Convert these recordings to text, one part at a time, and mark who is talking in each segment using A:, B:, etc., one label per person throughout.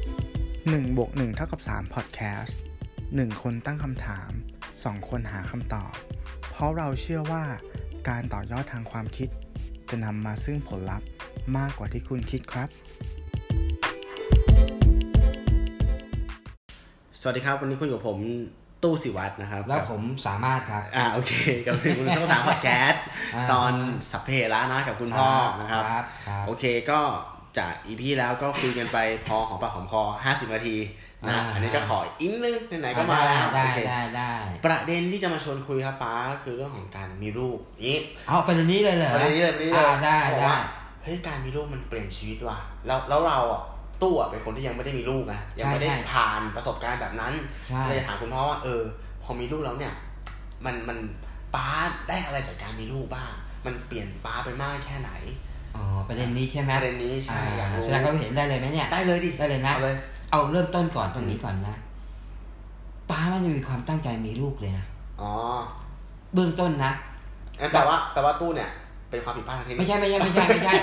A: 1บวก1เท่ากับ3 Podcast 1 คนตั้งคำถาม 2 คนหาคำตอบ เพราะเราเชื่อว่าการต่อยอดทางความคิด จะนำมาซึ่งผลลัพธ์มากกว่าที่คุณคิดครับ
B: สวัสดีครับ วันนี้คุณอยู่กับผมตู้สิวัตรนะครับ
C: แล้วผมสามารถครับ
B: อ่าโอเคกับคุณต้องสามพอดแคสต์
C: อ่า
B: ตอนสัพเพละนะกับคุณพ่อนะครับ
C: ครับ
B: โอเคก็จากอีพีแล้วก็คุยกันไปพอของปากของคอ50 นาทีนะ
C: อ่า
B: อันนี้ก็ขออีกนิดนึงไหนๆก็มาแล้ว
C: ได้
B: โอเค
C: ได้ได้
B: ประเด็นที่จะมาชวนคุยครับป้าคือเรื่องของการมีลูกนี้
C: เอาประเด็นนี้เลยเหรอ
B: ประเด็นนี้เลยประเด็นนี้เลย
C: อ่าได้
B: บอก
C: ได้
B: ว่าเฮ้ยการมีลูกมันเปลี่ยนชีวิตว่ะแล้วแล้วเราอ่ะตู้อ่ะเป็นคนที่ยังไม่ได้มีลูกนะยังไม่ได้ผ่านประสบการณ์แบบนั้น
C: ใช่
B: เลยถามคุณพ่อว่าเออ พอมีลูกแล้วเนี่ย มันมันป้าได้อะไรจากการมีลูกบ้าง มันเปลี่ยนป้าไปมากแค่ไหน
C: อ๋อประเด็นนี้ใช่ไหม
B: ประเด็นนี้ใช่
C: อ่า
B: อยากรู้
C: แสดงก็เห็นได้เลยไหมเนี่ย
B: ได้เลยดิ
C: ได้เลยนะ
B: อาเลย
C: เอาเริ่มต้นก่อนตรงนี้ก่อนนะป้าไม่ได้มีความตั้งใจมีลูกเลยนะ
B: อ๋อ
C: เบื้องต้นนะ
B: งั้นแปลว่าแปลว่าตู้เนี่ย เป็นความผิดพลาดทางเทคนิค
C: ไม่ใช่ไม่ใช่ไม่ใช่ไม่ใช่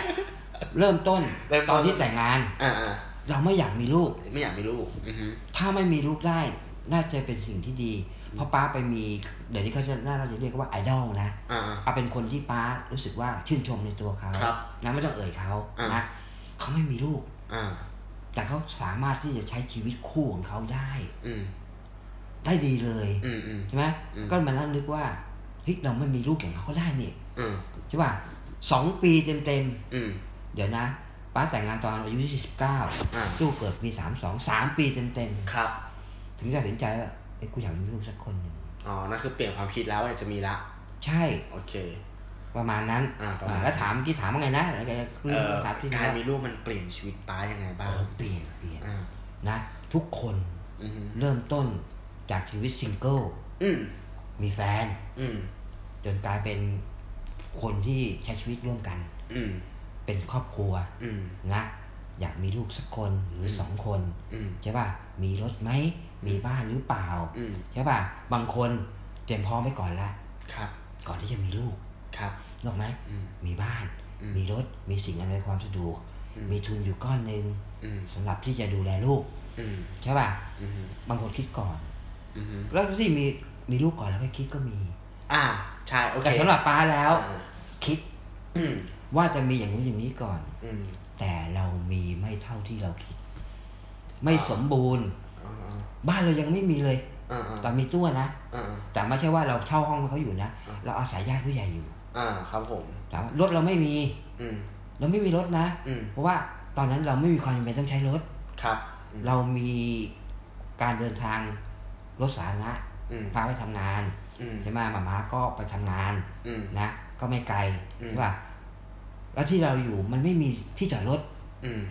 C: เริ่มต้น
B: เริ่มต้น
C: ตอนที่แต่งงาน
B: อ่าอ่า
C: เราไม่อยากมีลูก
B: ไม่อยากมีลูกอือฮึ
C: ถ้าไม่มีลูกได้ น่าจะเป็นสิ่งที่ดี เพราะป้าไปมี เดี๋ยวนี้เขาจะน่าจะเรียกว่าไอดอลนะ
B: อ่า
C: เอาเป็นคนที่ป้ารู้สึกว่าชื่นชมในตัวเขา
B: ครับ
C: นะไม่ต้องเอ่ยเขา
B: อ่า
C: นะเขาไม่มีลูก
B: อ่า
C: แต่เขาสามารถที่จะใช้ชีวิตคู่ของเขาได้
B: อืม
C: ได้ดีเลย
B: อืมอืม
C: ใช่ไหม
B: อืม
C: ก็มานั่งนึกว่าเฮ้ยเราไม่มีลูกอย่างเขาก็ได้นี่
B: อืม
C: ใช่ป่ะสองปีเต็ม
B: อืม
C: ๆเดี๋ยวนะป้าแต่งงานตอนอายุ49
B: อ่า
C: ลูกเกิดปี32 3ปีเต็ม
B: ครับ
C: ๆถึงตัดสินใจว่าเอ้ยกูอยากมีลูกสักคนหนึ่ง
B: อ๋อนั่นคือเปลี่ยนความคิดแล้วว่าจะมีละ
C: ใช่
B: โอเค
C: ประมาณนั้น
B: อ่าประมาณนั้น
C: อ่าแล้วถามเมื่อกี้ถามว่าไงนะแล้วแกก็
B: เอ่
C: เรื่อ
B: อ
C: งคำถามที่
B: การ
C: แล้ว
B: มีลูกมันเปลี่ยนชีวิตป้ายังไงบ้าง
C: โอ้เปลี่ยนเปลี่ยน
B: อ่า
C: นะทุกคน
B: อือฮึ
C: เริ่มต้นจากชีวิตซิงเกิล
B: อืม
C: มีแฟน
B: อืม
C: จนกลายเป็นคนที่ใช้ชีวิตร่วมกัน
B: อืม
C: เป็นครอบครัว
B: อืม
C: นะอยากมีลูกสักคนหรือสองคน
B: อืม
C: ใช่ป่ะมีรถไหมมีบ้านหรือเปล่า
B: อืม
C: ใช่ป่ะบางคนเตรียมพร้อมไปก่อนละ
B: ครับ
C: ก่อนที่จะมีลูก
B: ครับ
C: นกออกไหม
B: อืม
C: มีบ้าน
B: อืม
C: มีรถมีสิ่งอำนวยความสะดวก
B: อืม
C: มีทุนอยู่ก้อนหนึ่ง
B: อืม
C: สำหรับที่จะดูแลลูก
B: อืม
C: ใช่ป่ะ
B: อืม
C: บางคนคิดก่อน
B: อืม
C: แล้วที่มีมีลูกก่อนแล้วก็คิดก็มี
B: อ่า ใช่ โอเค
C: แต่สำหรับป้าแล้ว
B: อ่า
C: คิด
B: อืม
C: ว่าจะมีอย่างนู้นอย่างนี้ก่อน
B: อืม
C: แต่เรามีไม่เท่าที่เราคิด ไม่สมบูรณ์
B: อ่า
C: บ้านเรายังไม่มีเลย
B: อ่า
C: ตอนมีตู้นะ
B: อ่า
C: แต่ไม่ใช่ว่าเราเช่าห้องเขาอยู่นะ
B: อ่า
C: เราอาศัยญาติผู้ใหญ่อยู่
B: อ่า ครับผม
C: แต่ว่ารถเราไม่มี
B: อืม
C: เราไม่มีรถนะ
B: อืม
C: เพราะว่าตอนนั้นเราไม่มีความจำเป็นต้องใช้รถ
B: ครับอืม
C: เรามีการเดินทางรถสาธารณะ
B: อืม
C: พาไปทำงาน
B: อืม
C: ใช่ไหมมาม่าก็ไปทำงาน
B: อืม
C: นะก็ไม่ไกล
B: อืม
C: ใช่ป่ะแล้วที่เราอยู่มันไม่มีที่จอดรถ
B: อืม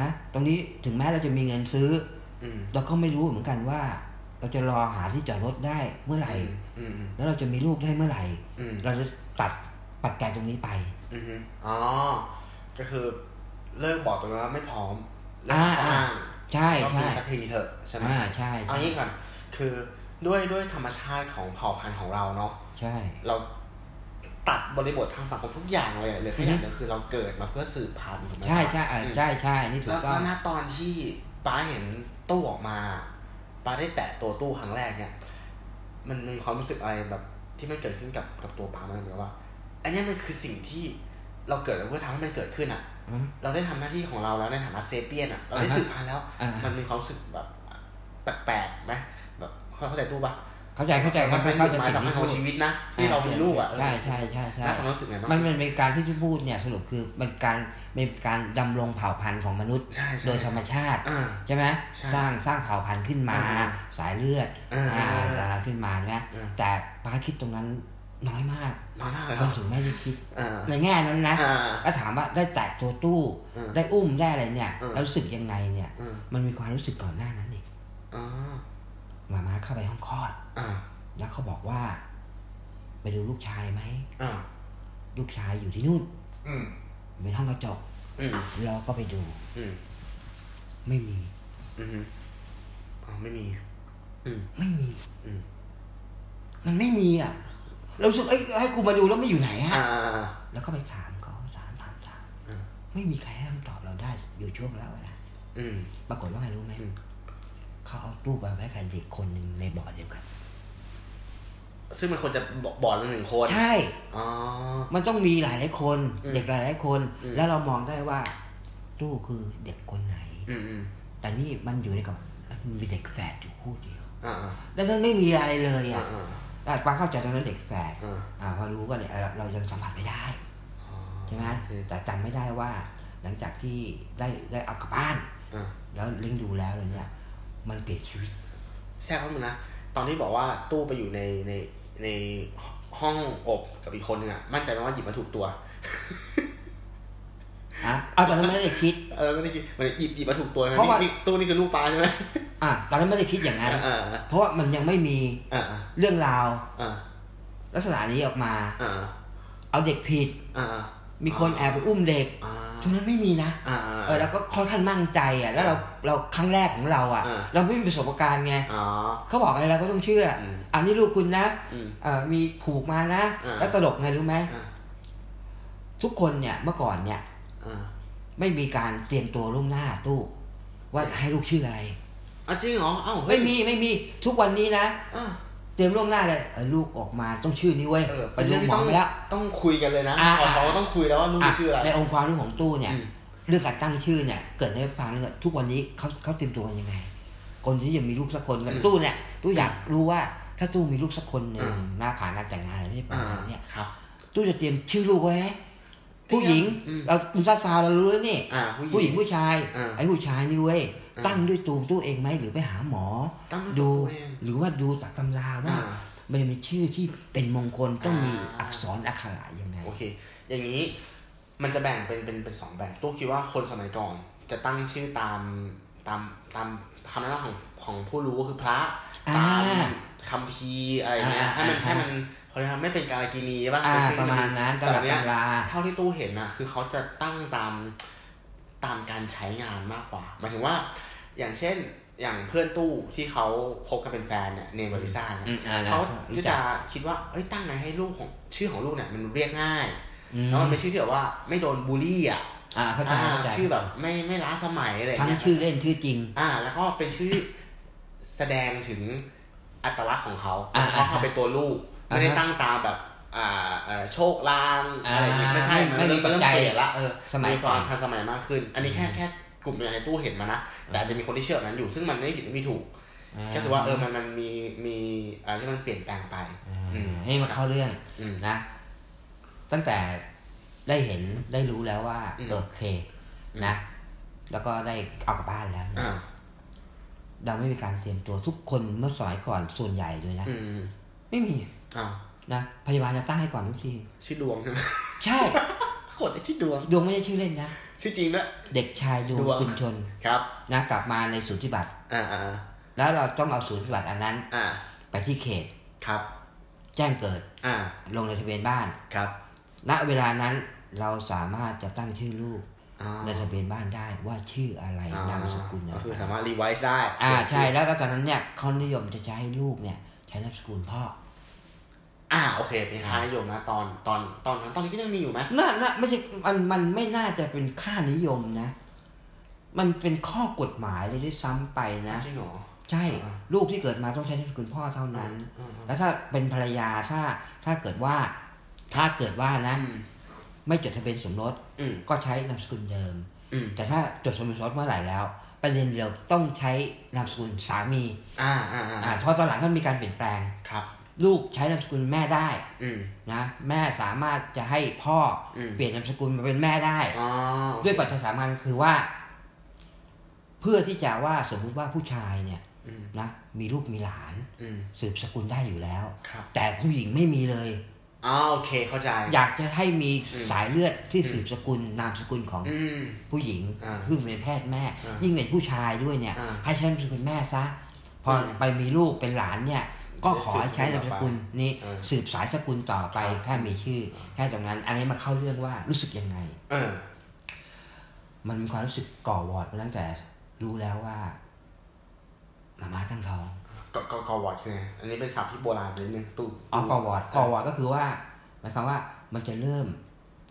C: นะ ตรงนี้ถึงแม้เราจะมีเงินซื้อ
B: อืม
C: เราก็ไม่รู้เหมือนกันว่า เราจะรอหาที่จอดรถได้เมื่อไหร่
B: อืม
C: แล้วเราจะมีลูกได้เมื่อไหร่
B: อืม
C: เราจะตัดปัจจัยตรงนี้ไป
B: อืม อ๋อ ก็คือเลิกบอกตัวเองว่าไม่พร้อมแล้ว
C: อ่า
B: ก็
C: อ่า
B: อ้าง
C: ใช่
B: ก็มี
C: ใช่
B: สักทีเถอะใช่ไหม
C: อ่าใช่
B: เอา
C: ใช่
B: งี้ก่อน คือด้วยด้วยธรรมชาติของเผ่าพันธุ์ของเราเนาะ
C: ใช่
B: เราตัดบริบททางสังคมทุกอย่างเลยเหลยแค่อย่างเดียวคือเราเกิดมาเพื่อสืบพันธุ์ถูกไหม
C: ใช่ใช่อ่าใช่ใช่นี่ถู
B: แล้
C: ก
B: ว
C: ต้อง
B: แล้วณตอนที่ป้าเห็นตู้ออกมาป้าได้แตะตัวตู้ครั้งแรกเนี่ย มันมีความรู้สึกอะไรแบบที่มันเกิดขึ้นกับกับตัวป้ามันหรือว่า อันเนี้ยมันคือสิ่งที่เราเกิดมาเพื่อทำให้มันเกิดขึ้นอ่ะ
C: อืม
B: เราได้ทำหน้าที่ของเราแล้วในฐานะเซเปียนอ่ะ เราได้
C: อ่าฮะ
B: สืบพันธุ์แล้ว
C: อ่าฮะ
B: มันมีความรู้สึกแบบแปลกๆไหมแบบเข้าใจตู้ปะ
C: เข้าใจเข้าใจ
B: มันเป็น
C: เข้าใจ
B: หมาย
C: สิ่ง
B: สำคัญ
C: ที่
B: ข
C: พู
B: อ
C: ด
B: งชีวิตนะที่เรามีลูกอ่ะ
C: ใช่ใช่ใช่ใช่
B: น่าทำรู้สึกไงบ้าง
C: มันมันเป็นการที่ที่พูดเนี่ยสรุปคือมันการเป็นการดำรงเผ่าพันธุ์ของมนุษย์
B: ใช่ใช่
C: โดยธรรมชาติ
B: อ่า
C: ใช่ไหม
B: ใช่
C: สร้างสร้างเผ่าพันธุ์ขึ้นมา
B: อ่า
C: สายเลือด
B: อ่า
C: อ่าสายเลือดขึ้นมานะ
B: อ่า
C: แต่ป้าคิดตรงนั้นน้อยมาก
B: น้อยมากเลยเหร
C: มั
B: อน
C: ถึงไม่ได้คิด
B: อ่า
C: ในแง่นั้นนะ
B: อ่า
C: ก็ถามว่าได้แตะตัวตู้
B: อ่า
C: ได้อุ้มได้อะไรเนี่ย
B: อ่า
C: แล้วรู้สึกยังไงเนี่ย
B: อ่า
C: มันมีความรู้สึกก่อนหน้านั้นอีก
B: อ่า
C: หมาม้าเข้าไปห้องคลอด
B: อ่า
C: แล้วเขาบอกว่า ไปดูลูกชายไหม
B: อ่า
C: ลูกชายอยู่ที่นู่น
B: อืม
C: เป็นห้องกระจก
B: อืม
C: เราก็ไปดู
B: อืม
C: ไม่มี
B: อืมอ๋อไม่มี อืม
C: ไม่มี
B: อืม
C: มันไม่มีอ่ะ เรารู้สึกเอ้ยให้กูมาดูแล้วมันอยู่ไหน
B: อ่า
C: อ่ะ
B: อ่าอ่า
C: แล้วก็ไปถามเขาถามถามถาม
B: อ่า
C: ไม่มีใครให้คำตอบเราได้อยู่ช่วงแล้วนะ
B: อืม
C: ปรากฏว่าไงรู้ไหม
B: อืม
C: เขาเอาตู้ไปไว้กับเด็กคนหนึ่งในบ่อเดียวกัน
B: ซึ่งมันควรจะบอกบอกละหนึ่งคน
C: ใช่
B: อ๋อ
C: มันต้องมีหลายหลายๆคน
B: อืม
C: เด็กหลายหลายๆคน
B: อืม
C: แล้วเรามองได้ว่า ตู้คือเด็กคนไหน
B: อืมอืม
C: แต่นี่มันอยู่ในกับมันมีเด็กแฝดอยู่คู่เดียว
B: อ่าอ่า
C: แล้วนั่นไม่มีอะไรเลย
B: อ่า
C: อ่ะ
B: อ่า
C: แต่ปาเข้าใจตรงนั้นเด็กแฝด
B: อ่า
C: อ่าพอรู้ก็เนี่ยเอ่อเราเรายังสัมผัสไม่ได้
B: อ๋อ
C: ใช่ไหม
B: โอเค
C: แต่จำไม่ได้ว่า หลังจากที่ได้ได้เอากลับบ้าน
B: อ่า
C: แล้วเลี้ยงดูแล้วอะไรเนี่ย มันเปลี่ยนชีวิต
B: แทรกเข้ามานะ ตอนที่บอกว่าตู้ไปอยู่ในในในห้องอบกับอีกคนหนึ่งอะมั่นใจไหมว่าหยิบมาถูกตัว
C: อ่ะเอาตอนนั้นไม่ได้คิด
B: เออไม่ได้คิดมันหยิบหยิบมาถูกตัวนะ
C: เพราะว่านี่
B: นี่ตู้นี่คือลูกปลาใช่ไหม
C: อ่ะตอนนั้นไม่ได้คิดอย่างนั้น
B: อ่าอ่า
C: เพราะว่ามันยังไม่มี
B: อ่าอ่า
C: เรื่องราว
B: อ่า
C: ลักษณะนี้ออกมา
B: อ่า
C: เอาเด็กผิด
B: อ่า
C: มีคนแอบไปอุ้มเด็ก
B: อ่า
C: ตรงนั้นไม่มีนะ
B: อ่า
C: เออแล้วก็ค่อนข้างมั่นใจอ่ะ แล้วเราเราครั้งแรกของเราอ่ะ
B: อ่า
C: เราไม่มีประสบการณ์ไง
B: อ๋อ
C: เขาบอกอะไรเราก็ต้องเชื่ออ
B: ม
C: อันนี้ลูกคุณนะ
B: อืม
C: เอ่อมีผูกมานะ
B: อ่า
C: แล้วตลกไงรู้ไหม
B: อ่า
C: ทุกคนเนี่ยเมื่อก่อนเนี่ย
B: อ่า
C: ไม่มีการเตรียมตัวล่วงหน้าตู้ ว่าให้ลูกชื่ออะไร
B: อ่ะจริงเหรอเอ้าเฮ้ย
C: ไม่มีไม่มีทุกวันนี้นะ
B: อ่า
C: เตรียมล่วงหน้าเลยเออลูกออกมาต้องชื่อนี้เว้ย
B: เออ
C: ไป
B: เป็น
C: โร
B: เรื่อง
C: งห
B: ที่ต้อง
C: มอไปแล้ว
B: ต้องคุยกันเลยนะ
C: อ่า
B: ขอเขาก็ต้องคุยแล้วว่าลูก
C: อ่ะ
B: ชื่ออะไร
C: ในองค์ความรู้ของตู้เนี่ย
B: อืม
C: เรื่องการตั้งชื่อเนี่ย เกิดในฟังเนี่ยทุกวันนี้เขาเขาเตรียมตัวกันยังไง คนที่จะมีลูกสักคนกันตู้เนี่ยตู้อยากรู้ว่าถ้าตู้มีลูกสักคนหนึ่งหน้าผ่านการแต่งงานอะไรไม่ได้ผ่า
B: อ่าน
C: อะไรเนี่ย
B: ครับ
C: ตู้จะเตรียมชื่อลูกไว้ไหมผู้หญิง
B: อืม
C: เราอุลตราซาวน์เรารู้แล้วนี่
B: อ่าผู้ห
C: ผู้ห
B: ญิ
C: ญิ
B: ง
C: งผู้ชาย
B: อ่า
C: ไอ้ผู้ชายนี่เว้ย
B: อ่า
C: ตั้งด้วยตัวตู้เองไหมหรือไปหาหมอ
B: ตั้ง
C: ดู
B: ตัวเอง
C: หรือว่าดูจากตำราว่า
B: อ่า
C: มันมีชื่อที่เป็นมงคลต้องมี
B: อ่า
C: อักษรอักขระยังไง
B: โอเค อย่างนี้มันจะแบ่งเป็นเป็นเป็นสองแบบ ตู้คิดว่าคนสมัยก่อน จะตั้งชื่อตามตามตามคำแนะนำของของผู้รู้ก็คือพระ
C: อ่า
B: ตามคำพีร์อะไรเงี้ย ให้
C: อ่า
B: มัน
C: อ่า
B: ให้มันเขาเรียกว่าไม่เป็นการกินีป่ะ
C: อ่า
B: ชื่อ
C: ประมาณนั้น
B: แต่
C: ตำรับ
B: เนี้ย
C: ตำรา
B: เท่าที่ตู้เห็นนะคือเขาจะตั้งตามตามการใช้งานมากกว่าหมายถึงว่า อย่างเช่นอย่างเพื่อนตู้ที่เขาคบกันเป็นแฟนเนี่ยเนมบริซ่าเนี่ย
C: อืมอ่นะ
B: เขาก็
C: รู้
B: จะ
C: ก
B: คิดว่าเอ้ยตั้งไงให้ลูกของชื่อของลูกเนี่ยมันเรียกง่าย
C: อื
B: แล้วมันเป็นชื่อที่แบบว่าไม่โดนบูลลี่อ่ะ
C: อ่าเข้าใจ
B: อ่า
C: เข้าใจ
B: ชื่อแบบไม่ไม่ล้าสมัยอะไร
C: ทั้ง
B: เงี้ย
C: ชื่อเล่นชื่อจริง
B: อ่า แล้วก็เป็นชื่อที่แสดงถึงอัตลักษณ์ของเขา
C: อ่า
B: เพราะเขาเป็นตัวลูก
C: อ่าฮะ
B: ไม่ได้ตั้งตามแบบอ่าเอ่อโชคลาง
C: อ่า
B: อะไรอย่างเงี้ยไม่ใช่
C: ไม่
B: มัน
C: ไม่มี
B: เริ่มเริ่ม
C: ปัจจัย
B: เปลี่ยนละเออ
C: สมัยก่อน
B: ควาทันสมัยมากขึ้น อันนี้แค่แค่กลุ่มในตู้เห็นมานะแต่อาจจะมีคนที่เชื่อแบบนั้นอยู่ซึ่งมันไม่ได้ผิดไม่มีถูกแค่รู้สึกว่าเออมันมันมีมีอะไรที่มันเปลี่ยนแปลงไป
C: อ่า
B: อืม
C: ให้มาเข้าเรื่อง
B: อืม
C: นะตั้งแต่ได้เห็นได้รู้แล้วว่า
B: อืม
C: เออโอเค
B: อืม
C: นะ แล้วก็ได้เอากลับบ้านแล้วเนี่ย
B: อ่า
C: เราไม่มีการเตรียมตัวทุกคนเมื่อสมัยก่อนส่วนใหญ่เลยนะ
B: อืม
C: ไม่มี
B: อ่า
C: นะพยาบาลจะตั้งให้ก่อนทุกที
B: ชื่อดวงใช่ไหม
C: ใช่
B: ขดไอ้ชื่อดวง
C: ดวงไม่ใช่ชื่อเล่นนะ
B: ชื่อจริงด้วย
C: เด็กชายดวง
B: ดวง
C: คุณชน
B: ครับ
C: นะกลับมาในสูติบัตร
B: อ่าอ่า
C: แล้วเราต้องเอาสูติบัตรอันนั้น
B: อ่า
C: ไปที่เขต
B: ครับ
C: แจ้งเกิด
B: อ่า
C: ลงในทะเบียนบ้าน
B: ครับ
C: ณเวลานั้นเราสามารถจะตั้งชื่อลูก
B: อ๋อ
C: ในทะเบียนบ้านได้ว่าชื่ออะไร
B: อ๋อน
C: ามสกุลอะ
B: ก็คือ
C: ไร
B: สามารถรีไวซ์ได้
C: อ่าใช่แล้วก็ตอนนั้นเนี่ยเขานิยมจะใช้ลูกเนี่ย ใช้นามสกุลพ่อ
B: อ่า โอเค เป็นค่านิยมนะ ตอน ตอน ตอนนั้น ตอนนี้ก็ยังมีอยู่ไหม
C: น่าน่าไม่ใช่มันมันไม่น่าจะเป็นค่านิยมนะ มันเป็นข้อกฎหมายเลยด้วยซ้ำไปนะ
B: จริงเหรอ
C: ใช่
B: อ่า
C: ลูกที่เกิดมาต้องใช้นามสกุลพ่อเท่านั้น
B: อ่า
C: แล้วถ้าเป็นภรรยาถ้าถ้าเกิดว่า ถ้าเกิดว่านะ
B: อืม
C: ไม่จดทะเบียนสมรส
B: อืม
C: ก็ใช้นามสกุลเดิม
B: อืม
C: แต่ถ้าจดทะเบียนสมรสเมื่อไหร่แล้ว ประเด็นเดียวต้องใช้นามสกุลสามี
B: อ่าอ่าอ่า
C: อ่าเพอตอนหลังก็มีการเปลี่ยนแปลง
B: ครับ
C: ลูกใช้นามสกุลแม่ได้
B: อืม
C: นะแม่สามารถจะให้พ่ออ
B: ม
C: เปลี่ยนนามสกุลมาเป็นแม่ได้
B: อ๋อโอเค
C: ด้วยปัจจัยสำคัญคือว่า เพื่อที่จะว่าสมมุติว่าผู้ชายเนี่ย
B: อืม
C: นะมีลูกมีหลาน
B: อืม
C: สืบสกุลได้อยู่แล้ว
B: ครับ
C: แต่ผู้หญิงไม่มีเลย
B: อ๋อโอเค เข้าใจ
C: อยากจะให้มี
B: อืม
C: สายเลือดที่สืบสกุลนามสกุลของ
B: อืม
C: ผู้หญิง
B: อ่า
C: เพิ่งเป็นแพทย์แม่
B: อ่ายิ่
C: ยิ่งเป็นผู้ชายด้วยเนี่ย
B: อ่า
C: ให้ใช้นามสกุลแม่ซะพออ
B: ม
C: ไปมีลูกเป็นหลานเนี่ย ก็ขอให้ใช้นามสกุลนี้
B: เออ
C: สืบสายสกุลต่อไป
B: ครับ
C: แค่มีชื่อแค่ตรงนั้น อันนี้มาเข้าเรื่องว่ารู้สึกยังไง
B: เออ
C: มันมีความรู้สึกก่อวอร์ดมาตั้งแต่รู้แล้วว่าหมาม่าตั้งท้อง
B: ก็ก็ก็วอดคือไงอันนี้เป็นศัพท์ที่โบราณนิดนึงตู้
C: อ๋อก่อวอร์ดก่อวอร์ดก็คือว่าหมายความว่ามันจะเริ่ม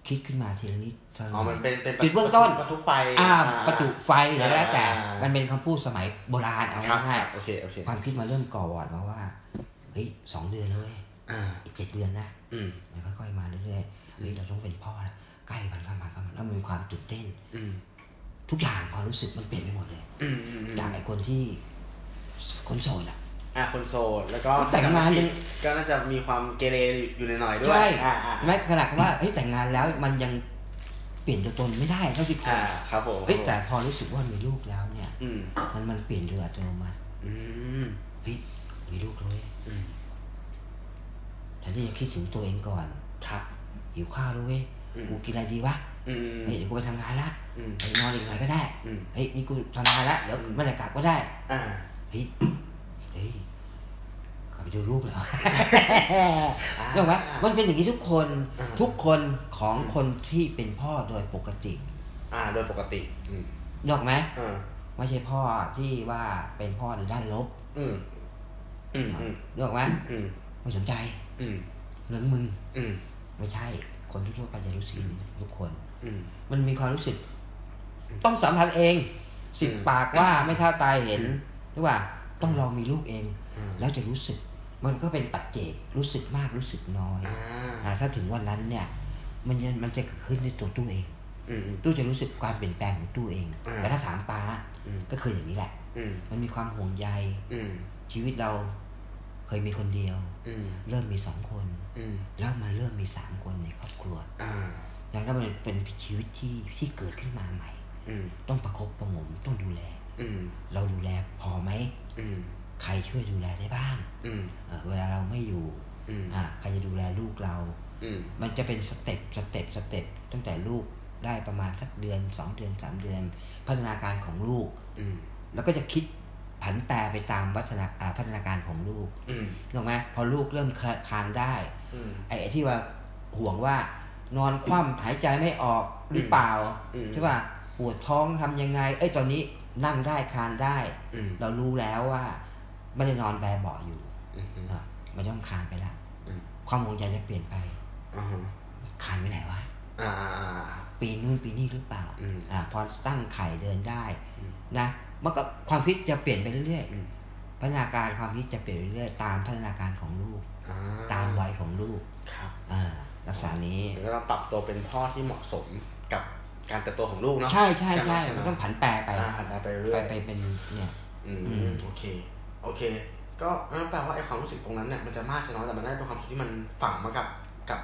C: คิดขึ้นมาทีละนิดทีละ
B: อ๋อมัน
C: ด
B: เป็นเป็น
C: จุดเบื้องต้น
B: ประตูไฟ
C: อ่า
B: อ่า
C: ประจุไฟหรือแล้วแต่
B: อ่ามั
C: มันเป็นคำพูดสมัยโบราณเอา
B: ครับครั
C: ง่าย
B: บโอเคโอเค
C: ๆความคิดมาเริ่มก่อวอร์ดมาว่าเฮ้ยสองเดือนแล้วเว้ย
B: อ่า
C: อีกเจ็ดเดือนนะ
B: อืม
C: มันค่อยๆมาเรื่อยๆเฮ้ยเราต้องเป็นพ่อแล้วใกล้มันเข้ามาเข้ามาแล้วมันมีความตื่นเต้น
B: อืม
C: ทุกอย่างความรู้สึกมันเปลี่ยนไปหมดเลย
B: อืมอืมอืม
C: อย่างไอ้คนที่คนโสดอ่ะ
B: อ่าคนโสดแล้วก็
C: แต่งงานยัง
B: ก็น่าจะมีความเกเรอยู่หน่อยๆด้วย
C: ใช่
B: อ่าอ่า
C: แม้ขนาดว่าเฮ้ยแต่งงานแล้วมันยังเปลี่ยนตัวตนไม่ได้เท่าที่คว
B: อ่าร ครับผม
C: เฮ้ยแต่พอรู้สึกว่ามีลูกแล้วเนี่ย
B: อืม
C: มันมันเปลี่ยนโดยอัตโนมัติ
B: อืม
C: เฮ้ยมีลูกแล้วเว้ย
B: อืม
C: แทนที่จะคิดถึงตัวเองก่อน
B: ครับ
C: หิวข้าวแล้วเว้ย
B: อืม
C: กูกินอะไรดีวะ
B: อืม
C: เฮ้ยเดี๋ยวกูไปทำงานละ
B: อืม
C: ไปนอนอีกหน่อยก็ได้
B: อืม
C: เฮ้ยนี่กูทำงานละเดี๋ยวเมื่อไหร่กลับก็ได้
B: อ่า
C: เฮ้ยเฮ้ยกลับไปดูรูปเลยเหรอ ถูกไหมมันเป็นอย่างนี้ทุกคน ทุกคนของคนที่เป็นพ่อโดยปกติ
B: อ่าโดยปกติ อืม
C: นกออกไหม
B: อ่า
C: ไม่ใช่พ่อที่ว่าเป็นพ่อในด้านลบ
B: อืมอืมอืม
C: นกออกไหม
B: อืม
C: ไม่สนใจ
B: อืม
C: เรื่องมึง
B: อืม
C: ไม่ใช่ คนทั่วๆไปจะรู้สึกอย่างนี้ทุกคน
B: อืม
C: มันมีความรู้สึก ต้องสัมผัสเอง สิบ
B: อืม
C: ปากว่าไม่เท่าตายเห็นหรือว่าต้องลองมีลูกเอง
B: อืม
C: แล้วจะรู้สึก มันก็เป็นปัจเจกรู้สึกมากรู้สึกน้อย
B: อ่า
C: อ่าถ้าถึงวันนั้นเนี่ย มันจะมันจะเกิดขึ้นในตัวตู้เอง
B: อืมอืม
C: ตู้จะรู้สึกความเปลี่ยนแปลงของตู้เอง
B: อ่า
C: แต่ถ้าถามป้า
B: อืม
C: ก็คืออย่างนี้แหละ
B: อืม
C: มันมีความห่วงใย
B: อืม
C: ชีวิตเราเคยมีคนเดียว
B: อืม
C: เริ่มมีสองคน
B: อืม
C: แล้วมันเริ่มมีสามคนในครอบครัว
B: อ่า
C: แล้วก็มันเป็นชีวิตที่ที่เกิดขึ้นมาใหม่
B: อืม
C: ต้องประคบประหงมต้องดูแล
B: อืม
C: เราดูแลพอไหม
B: อืม
C: ใครช่วยดูแลได้บ้าง
B: อืม
C: เอ่อเวลาเราไม่อยู่
B: อืม
C: อ่ะใครจะดูแลลูกเรา
B: อืม
C: มันจะเป็นสเต็ปสเต็ปสเต็ปตั้งแต่ลูกได้ประมาณสักเดือนสองเดือนสามเดือน พัฒนาการของลูก
B: อืม
C: แล้วก็จะคิดผันแปรไปตามวัฒนาอ่าพัฒนาการของลูก
B: อืม
C: ถูกไหมพอลูกเริ่มคลคลานได้
B: อืม
C: ไอ้ไอ้ที่ว่าห่วงว่า นอนคว่ำหายใจไม่ออกหรือเปล่า
B: อืม
C: ใช่ป่ะปวดท้องทำยังไง เอ้ยตอนนี้นั่งได้คลานได้
B: อืม
C: เรารู้แล้วว่า ไม่ได้นอนแบเบาะอยู่
B: อืม
C: อ่ะไม่ต้องคลานไปละ
B: อืม
C: ความห่วงใยจะเปลี่ยนไป
B: อ่าฮะ
C: คลานไปไหนวะ
B: อ่า
C: ปีนู่นปีนี่หรือเปล่า
B: อืม
C: อ่า พอตั้งไข่เดินได้
B: อืม
C: นะ มันก็ความคิดจะเปลี่ยนไปเรื่อย
B: อืม
C: ๆ พัฒนาการความคิดจะเปลี่ยนไปเรื่อยๆ ตามพัฒนาการของลูก
B: อ่า
C: ตามวัยของลูก
B: ครับ
C: อ่าลักษณะนี้
B: แล้วก็เราปรับตัวเป็นพ่อที่เหมาะสมกับการเติบโตของลูกเนาะ
C: ใช่ใช่
B: ไหม
C: ใช่
B: ไหม
C: มันต้องผันแปรไป
B: อ่าหันหน้าไปเรื่
C: ไป
B: อย
C: ไปเป็นเนี่ย
B: อื
C: อื
B: ม
C: ม
B: โอเค โอเค ก็นั่นแปลว่าไอ้ความรู้สึกตรงนั้นเนี่ยมันจะมากจะน้อยแต่มันได้เป็นความรู้สึกที่มันฝังมากับกับ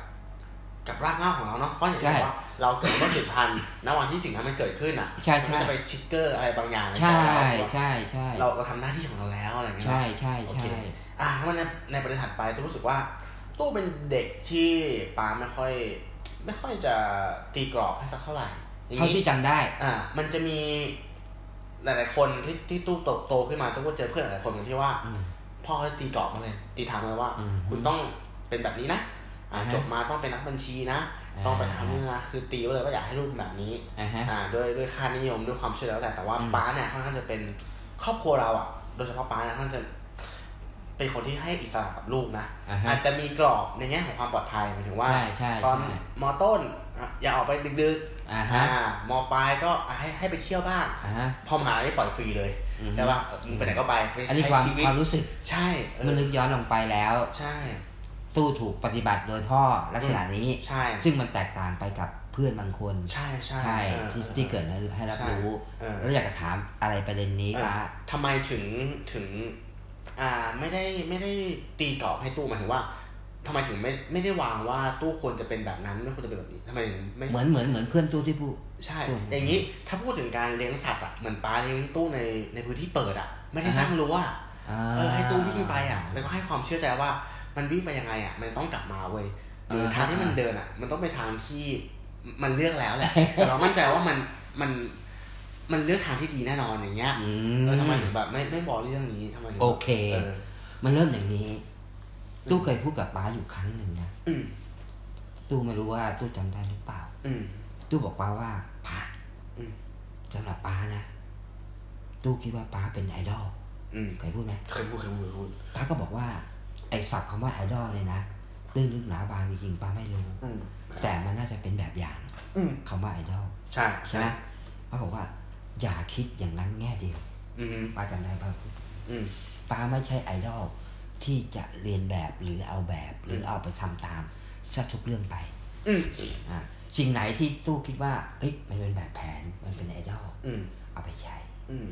B: กับรากเหง้าของเราเนาะเพราะอย่างที่บอกว่าเราเกิดมาเพื่อสืบพันธุ์ณวันที่สิ่งนั้นมันเกิดขึ้นอ่ะ
C: ใช่ใช่
B: มันจะไปทริกเกอร์อะไรบางอย่างนจ
C: ใช่
B: เราว่า
C: ใช่ใช่
B: เราเราทำหน้าที่ของเราแล้วอะไรอย่างเงี้ยเน
C: ใช่
B: อะ
C: ใช่
B: โอเค
C: ใช่
B: อ่ะแล้วในในประเด็นถัดไปตู้รู้สึกว่า ตู้เป็นเด็กที่ป้าไม่ค่อย ไม่ค่อยจะตีกรอบให้สักเท่าไหร่อย่าง
C: เท่า
B: นี้
C: ที่จำได้
B: อ่ะมันจะมีหลาย ๆ คนที่ที่ตู้โตโตขึ้นมาตู้ก็เจอเพื่อนหลายๆคนที่ว่า
C: อืม
B: พ่อเขาจะตีกรอบมาเลยตีทางเลยว่า
C: อืม
B: คุณต้องเป็นแบบนี้นะอ่ะ
C: อ่าฮะ
B: จบมาต้องเป็นนักบัญชีนะ
C: อ่า
B: ต้องไปทำนี่นะคือตีไว้เลยว่าอยากให้ลูกเป็นแบบนี้
C: อ่าฮะ
B: อ่าด้วยด้วยค่านิยมด้วยความเชื่อแล้วแต่แต่ว่า
C: อืม
B: ป้าเนี่ยค่อนข้างจะเป็นครอบครัวเราอ่ะ โดยเฉพาะป้าเนี่ยค่อนข้างจะเป็นคนที่ให้อิสระกับลูกนะ
C: อ่าฮะ
B: อาจจะมีกรอบในแง่ของความปลอดภัยหมายถึงว่า
C: ใช่ใช่
B: ตอน
C: ใช่
B: มอต้นอ่ะอย่าออกไปดึก
C: อ่า
B: ๆ
C: ฮะ
B: อ่ามอปลายก็อ่ะให้ให้ไปเที่ยวบ้าง
C: อ่าฮะ
B: พอมหาลัยปล่อยฟรีเลย
C: อืม
B: ใช่ป่ะมึงไปไหนก็ไปไป
C: อันนี้
B: ใช้
C: ความ
B: ชีวิต
C: ความรู้สึก
B: ใช่เอ
C: เมื่อ
B: อ
C: นึกย้อนลงไปแล้ว
B: ใช่
C: ตู้ถูกปฏิบัติโดยพ่อลักษณะนี้
B: ใช่
C: ซึ่งมันแตกต่างไปกับเพื่อนบางคน
B: ใช่ใช่ออ
C: ที่ที่เกิดให้ให้รับ
B: ใช่
C: รู้
B: เออ
C: แล้วอยากจะถามอะไรประเด็นนี้
B: เออ
C: คะ
B: ทำไมถึงถึง อ่าไม่ได้ไม่ได้ตีกรอบให้ตู้หมายถึงว่าทำไมถึงไม่ไม่ได้วางว่าตู้ควรจะเป็นแบบนั้นไม่ควรจะเป็นแบบนี้ทำไมถึงไม่
C: เหมือนเหมือนเหมือนเพื่อนตู้ที่พูด
B: ใช่
C: ตู้
B: อย่างนี้ถ้าพูดถึงการเลี้ยงสัตว์อ่ะเหมือนปลาเลี้ยงตู้ในในพื้นที่เปิดอ่ะ ไม่ได้
C: อ่าฮะ
B: สร้างรั้วอะ
C: อ่า
B: เออให้ตู้วิ่งไปอ่ะ แล้วก็ให้ความเชื่อใจว่ามันวิ่งไปยังไงอ่ะ มันต้องกลับมาเว้ยหรือทางที่มันเดินอ่ะ มันต้องไปทางที่มันเลือก แล้วแหละแต่เรามั่นใจว่ามันมันมันเลือกทางที่ดีแน่นอนอย่างเงี้ย
C: อื
B: เออทำไม
C: ม
B: ถึงแบบไม่ไม่บอกเรื่องนี้ทำไมถึง
C: โอเค
B: เออ
C: มันเริ่มอย่างนี้ ตู้เคยพูดกับป้าอยู่ครั้งหนึ่งนะ
B: อืม
C: ตู้ไม่รู้ว่าตู้จำได้หรือเปล่า
B: อืม
C: ตู้บอกป้าว่าป้า
B: อืม
C: สำหรับป้านะ ตู้คิดว่าป้าเป็นไอดอล
B: อืม
C: เคยพูดไหม
B: เคยพูดเคยพูดเคยพูด
C: พระก็บอกว่าไอศัพท์คำว่าไอดอลเลยนะ ตื้นลึกหนาบางจริงๆป้าไม่รู้
B: อืม
C: แต่มันน่าจะเป็นแบบอย่าง
B: อืม
C: คำว่าไอดอล
B: ใช่
C: ใช่ไหมป้าบอกว่า อย่าคิดอย่างนั้นแง่เดียว
B: อืม
C: ป้าจำได้ป้าพูด
B: อืม
C: ป้าไม่ใช่ไอดอลที่จะเรียนแบบหรือเอาแบบ หรือเอาไปทำตามซะทุกเรื่องไป
B: อืม
C: อ่ะสิ่งไหนที่ตู้คิดว่าเอ้ยมันเป็นแบบแผนมันเป็นไอดอล
B: อืม
C: เอาไปใช้
B: อืม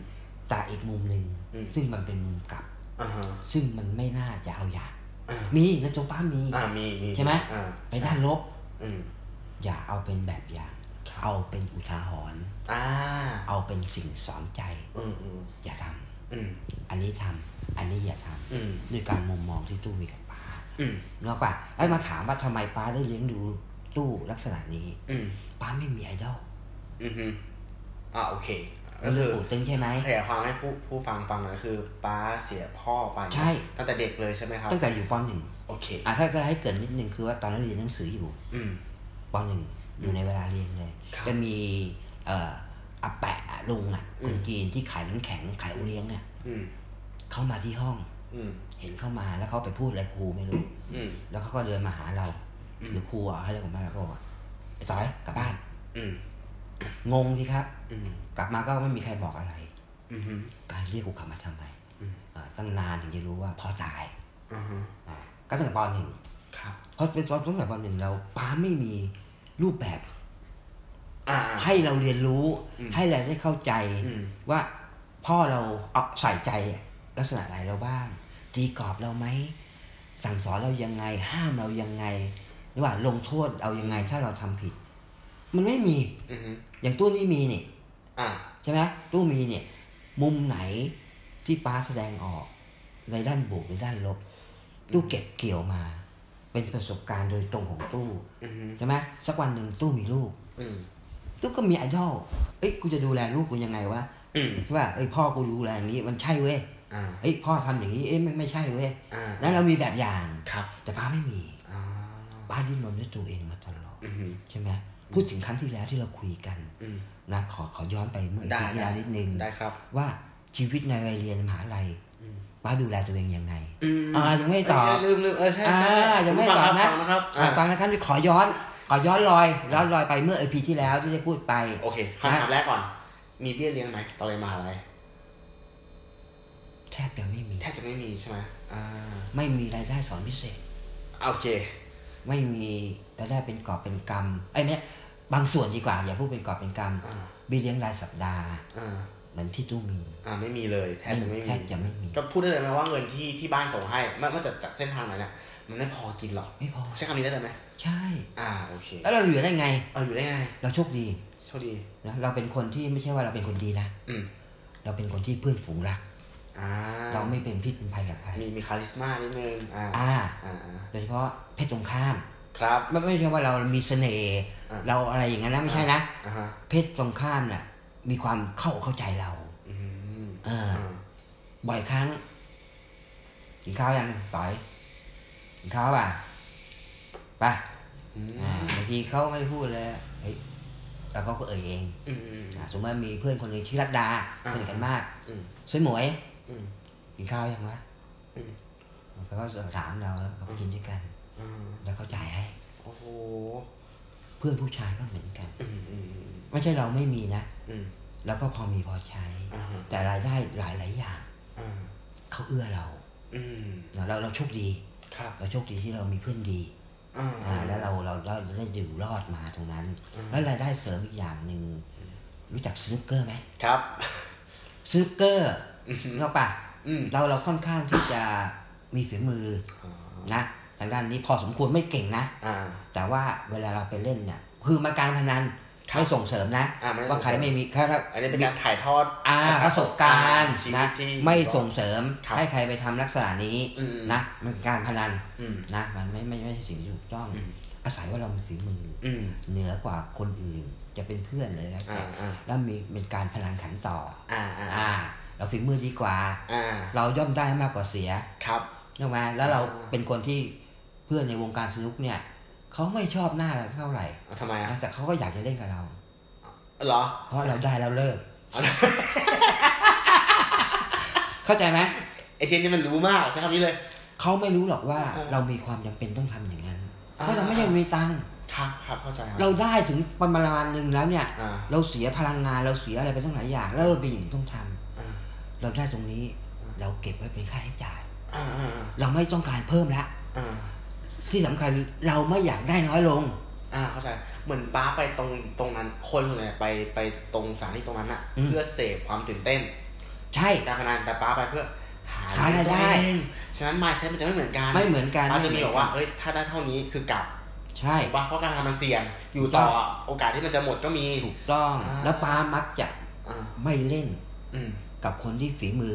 C: แต่อีกมุมหนึ่ง
B: อืม
C: ซึ่งมันเป็นมุมกลับ
B: อ่าฮะ
C: ซึ่งมันไม่น่าจะเอาอย่าง
B: อ่า
C: มีนะโจป้ามี
B: อ่ามีมี
C: ใช่ไหม
B: อ่า
C: ไปด้านลบ
B: อืม
C: อย่าเอาเป็นแบบอย่าง
B: ครับ
C: เอาเป็นอุทาหรณ์
B: อ่า
C: เอาเป็นสิ่งสอนใจ
B: อืมอืม
C: อย่าทำ
B: อืม
C: อันนี้ทำอันนี้อย่าทำ
B: อืม
C: ด้วยการมุมมองที่ตู้มีกับป้า
B: อืม
C: เนาะป่ะไอ้วมาถามว่าทำไมป้าได้เลี้ยงดูตู้ลักษณะนี้
B: อืม
C: ป้าไม่มีไอดอล
B: อืมอืมอ่าโอเคก็
C: เรื่
B: คื
C: อง
B: อ
C: ปู่ตึงใช่ไหม
B: ขยายความให้ผู้ผู้ฟังฟังหนะคือป้าเสียพ่อไป
C: ใช่
B: ตั้งแต่เด็กเลยใช่ไหมครับ
C: ตั้งแต่อยู่ปหนึ่ง
B: โอเค
C: อ่ะถ้าจะให้เกริดนิดนึงคือว่าตอนนั้นเรียนหนังสืออยู่
B: อืม
C: ปหนึ่งอยู่ในเวลาเรียนเลย
B: ครับ
C: จะมีเอ่ออาแปะลุงอ่ะ
B: อืม
C: คนจีนที่ขายน้ำแข็งขายโอเลี้ยงอ่ะ
B: อืม
C: เข้ามาที่ห้อง
B: อืม
C: เห็นเข้ามาแล้วเขาไปพูดอะไรครูไม่รู้
B: อืม
C: แล้วเขาก็เดินมาหาเรา
B: อืม
C: หรือครูอ่ะให้เรียกผมมาแล้วก็บอกว่าไอ้ต๋อยกลับบ้าน
B: อืม
C: งงสิครับ
B: อืม
C: กลับมาก็ไม่มีใครบอกอะไร
B: อืมอืม
C: การเรียกกูกลับมาทำไม
B: อืม
C: อ่าตั้งนานถึงจะรู้ว่าพ่อตาย
B: อ่าฮะ
C: อ่าก็ตั้งแต่ปหนึ่ง
B: ครับ
C: เพราะเป็นตอนตั้งแต่ปหนึ่งเราป้าไม่มีรูปแบบ
B: อ่า
C: ให้เราเรียนรู้
B: อืม
C: ให้เราได้เข้าใจ
B: อืม
C: ว่าพ่อเราเอาใส่ใจลักษณะอะไรเราบ้างตีกรอบเราไหมสั่งสอนเรายังไง ห้ามเรายังไงหรือว่าลงโทษเรายังไงถ้าเราทำผิด มันไม่มี
B: อืม
C: อย่างตู้นี่มีนี่
B: อ่า
C: ใช่ไหมตู้มีเนี่ย มุมไหนที่ป้าแสดงออกในด้านบวกหรือด้านลบ ตู้เก็บเกี่ยวมา เป็นประสบการณ์โดยตรงของตู้
B: อืม
C: ใช่ไหมสักวันหนึ่งตู้มีลูก
B: อืม
C: ตู้ก็มีไอดอลเอ้ยกูจะดูแลลูกกูยังไงวะ
B: อืม
C: ใช่ป่ะเอ้ยพ่อกูดูแลอย่างนี้มันใช่เว้ย
B: อ่า
C: เอ้ยพ่อทำอย่างนี้เอ้ยไม่ไม่ใช่เว้ย
B: อ่า
C: นั้นเรามีแบบอย่าง
B: ครับ
C: แต่ป้าไม่มี
B: อ่า
C: ป้าดิ้นรนด้วยตัวเองมาตลอด
B: อืม
C: ใช่ไหมพูดถึงครั้งที่แล้วที่เราคุยกัน
B: อืม
C: นะขอขอย้อนไปเมื่อ
B: ได้
C: ปีที่แล้วนิดนึง
B: ได้ครับ
C: ว่าชีวิตในวัยเรียนมหาลัย
B: อืม
C: ป้าดูแลตัวเองยังไง
B: อืม
C: อ่ายังไม่ตอบ
B: เยลืมลืมเออใช่
C: อ่า
B: ใช่
C: ยังไม่
B: ฟั
C: ตอบ
B: ครั
C: นะ
B: ฟังนะครับ
C: อ่า
B: อ่า
C: ฟังนะครับขอย้อนขอย้อนลอยย้อนลอยไปเมื่อเอพีที่แล้วที่ได้พูดไป
B: โอเคคำถามแรกก่อน มีเบี้ยเลี้ยงไหมตอนเรียนมหาลัย
C: แทบจะไม่มี
B: แทบจะไม่มีใช่ไหมอ่า
C: ไม่มีรายได้สอนพิเศษ
B: โอเค
C: ไม่มีรายได้เป็นกอบเป็นกรรมไอ้ยเนี่ยบางส่วนดีกว่า อย่าพูดเป็นกอบเป็นกรรม
B: อ่า
C: บีเลี้ยงรายสัปดาห์
B: อ่า
C: เหมือนที่ตู้มี
B: อ่าไม่มีเลยแทบจะไม่มี
C: แทบจะไม่มี
B: ก็พูดได้เลยไหมว่าเงินที่ที่บ้านส่งให้ไม่ไม่จากจากเส้นทางไหนเนี่ยมันไม่พอกินหรอก
C: ไม่พอ
B: ใช้คำนี้ได้เลยไหม
C: ใช่
B: อ่าโอเค
C: แล้วเราเหลือได้ไง
B: เอออยู่ได้ไง
C: เราโชคดี
B: โชคดี
C: นะเราเป็นคนที่ไม่ใช่ว่าเราเป็นคนดีนะ
B: อืม
C: เราเป็นคนที่เพื่อนฝูงรัก
B: อ่า
C: เราไม่เป็นพิษเป็นภัยกับใคร
B: มีมีคาริสมานิดนึงอ่า
C: อ่า
B: อ่าอ่า
C: โดยเฉพาะเพศตรงข้าม
B: ครับ
C: ไม่ไม่ใช่ว่าเรามีเสน่ห์
B: อ่ะ
C: เราอะไรอย่างนั้นนะไม่ใช่นะ
B: อ่าฮะ
C: เพศตรงข้ามน่ะมีความเข้าอกเข้าใจเรา
B: อืม
C: เออ
B: อ่า
C: อบ่อยครั้งกินข้าวยังต่อยกินข้าวป่ะไป่ะ
B: อืม
C: อ่าบางทีเขาไม่ได้พูดเลยเฮ้ยเราก็เอ่ยเอง
B: อืมอืม
C: อ่าสมมติว่ามีเพื่อนคนหนึ่งชื่อรัตดา
B: อ่ะ
C: สนิทกันมาก
B: อืม
C: สวยหมวย
B: อืม
C: กินข้าวยังวะ
B: อืม
C: เขาก็ถามเราแล้วเขาก็กินด้วยกัน
B: อ่า
C: แล้วเขาจ่ายให้
B: โอ้โห
C: เพื่อนผู้ชายก็เหมือนกัน
B: อืมอืม
C: ไม่ใช่เราไม่มีนะ
B: อืม
C: แล้วก็พอมีพอใช้
B: อ่าฮะ
C: แต่รายได้หลายหลายๆอย่าง
B: อ่า
C: เขาเอื้อเรา
B: อืม
C: นะเราเราโชคดี
B: ครับ
C: เราโชคดีที่เรามีเพื่อนดี
B: อ่า
C: อ่าแล้วเราเราเราได้อยู่รอดมาตรงนั้น
B: อืม
C: แล้วรายได้เสริมอีกอย่างหนึ่งรู้จักสนุกเกอร์ไหม
B: ครับ
C: สนุกเกอร์นอกปะ
B: อืม
C: เราเราค่อนข้างที่จะมีฝีมือ
B: อ่า
C: นะทางด้านนี้พอสมควรไม่เก่งนะ
B: อ่า
C: แต่ว่าเวลาเราไปเล่นเนี่ยคือมาการพนันไม่ส่งเสริมนะ
B: อ่าไม่ได้
C: ว่าใคร
B: ส่งเสริม
C: ไม่มีใครถ้า
B: อันนี้เป็นการถ่ายทอด
C: อ่าประสบการณ์
B: ชีวิ
C: นะ
B: ตที่
C: ไม่ส่งเสริม
B: ครับ
C: ให้ใครไปทำลักษณะนี้
B: อืม
C: นะมันเป็นการพนัน
B: อืม
C: นะมันไม่ไม่ไม่ใช่สิ่งที่ถูกต้อง
B: อืม
C: อาศัยว่าเรามีฝีมืออ
B: อืม
C: เหนือกว่าคนอื่นจะเป็นเพื่อนเลยแล้ว
B: อ่า
C: แต่
B: อ่า
C: แล้วมีเป็นการพนันขันต่อ
B: อ่าอ่า
C: อ่า เราฝีมือดีกว่า
B: อ่า
C: เราย่อมได้มากกว่าเสีย
B: ครับ
C: ถูกไหมแล้วเรา
B: อ่า
C: เป็นคนที่เพื่อนในวงการสนุกเนี่ยเขาไม่ชอบหน้าเราเท่าไหร่
B: เอาทำไมอ่ะ
C: นะแต่เขาก็อยากจะเล่นกับเรา
B: เหรอ
C: เพราะเราได้แล้วเลิก เข้าใจไหม
B: ไอเทนนี่มันรู้มากใช้คำนี้เลย
C: เขาไม่รู้หรอกว่า
B: เออ
C: เรามีความจำเป็นต้องทำอย่างนั้น
B: อ่า
C: เพราะเราไม่ได้มีตังค์
B: ครับครับเข้าใจครั
C: เราได้ถึงประมาณหนึ่งแล้วเนี่ย
B: อ่า
C: เราเสียพลังงานเราเสียอะไรไปตั้งหลายอย่าง แล้วเราเป็นอย่างที่ต้องทำ
B: อ่า
C: เราได้ตรงนี้
B: อ่า
C: เราเก็บไว้เป็นค่าใช้จ่าย
B: อ่าอ่า
C: เราไม่ต้องการเพิ่มละ
B: อ่า
C: ที่สำคัญเราไม่อยากได้น้อยลง
B: อ่าเข้าใจเหมือนป้าไปตรงตรงนั้นคนส่วนใหญ่ไปไปตรงสถานที่ตรงนั้นอะ
C: อืม
B: เพื่อเสพความตื่นเต้น
C: ใช่
B: การพนันแต่ป้าไปเพื่อหา
C: หารายได้
B: เลี้งตัวเองฉะนั้น mindset มันจะไม่เหมือนกัน
C: ไม่เหมือนกัน
B: ป้าจะมี
C: ไเห
B: แบ
C: น
B: บ
C: น
B: ว่าเอ้ยถ้าได้เท่านี้คือกลับ
C: ใช่
B: ถูกปะเพราะการพนันมันเสี่ยงอยู่ต่ออะโอกาสที่มันจะหมดก็มี
C: ถูกต้อง
B: อ่า
C: แล้วป้ามักจะ
B: อ่า
C: ไม่เล่น
B: อืม
C: กับคนที่ฝีมือ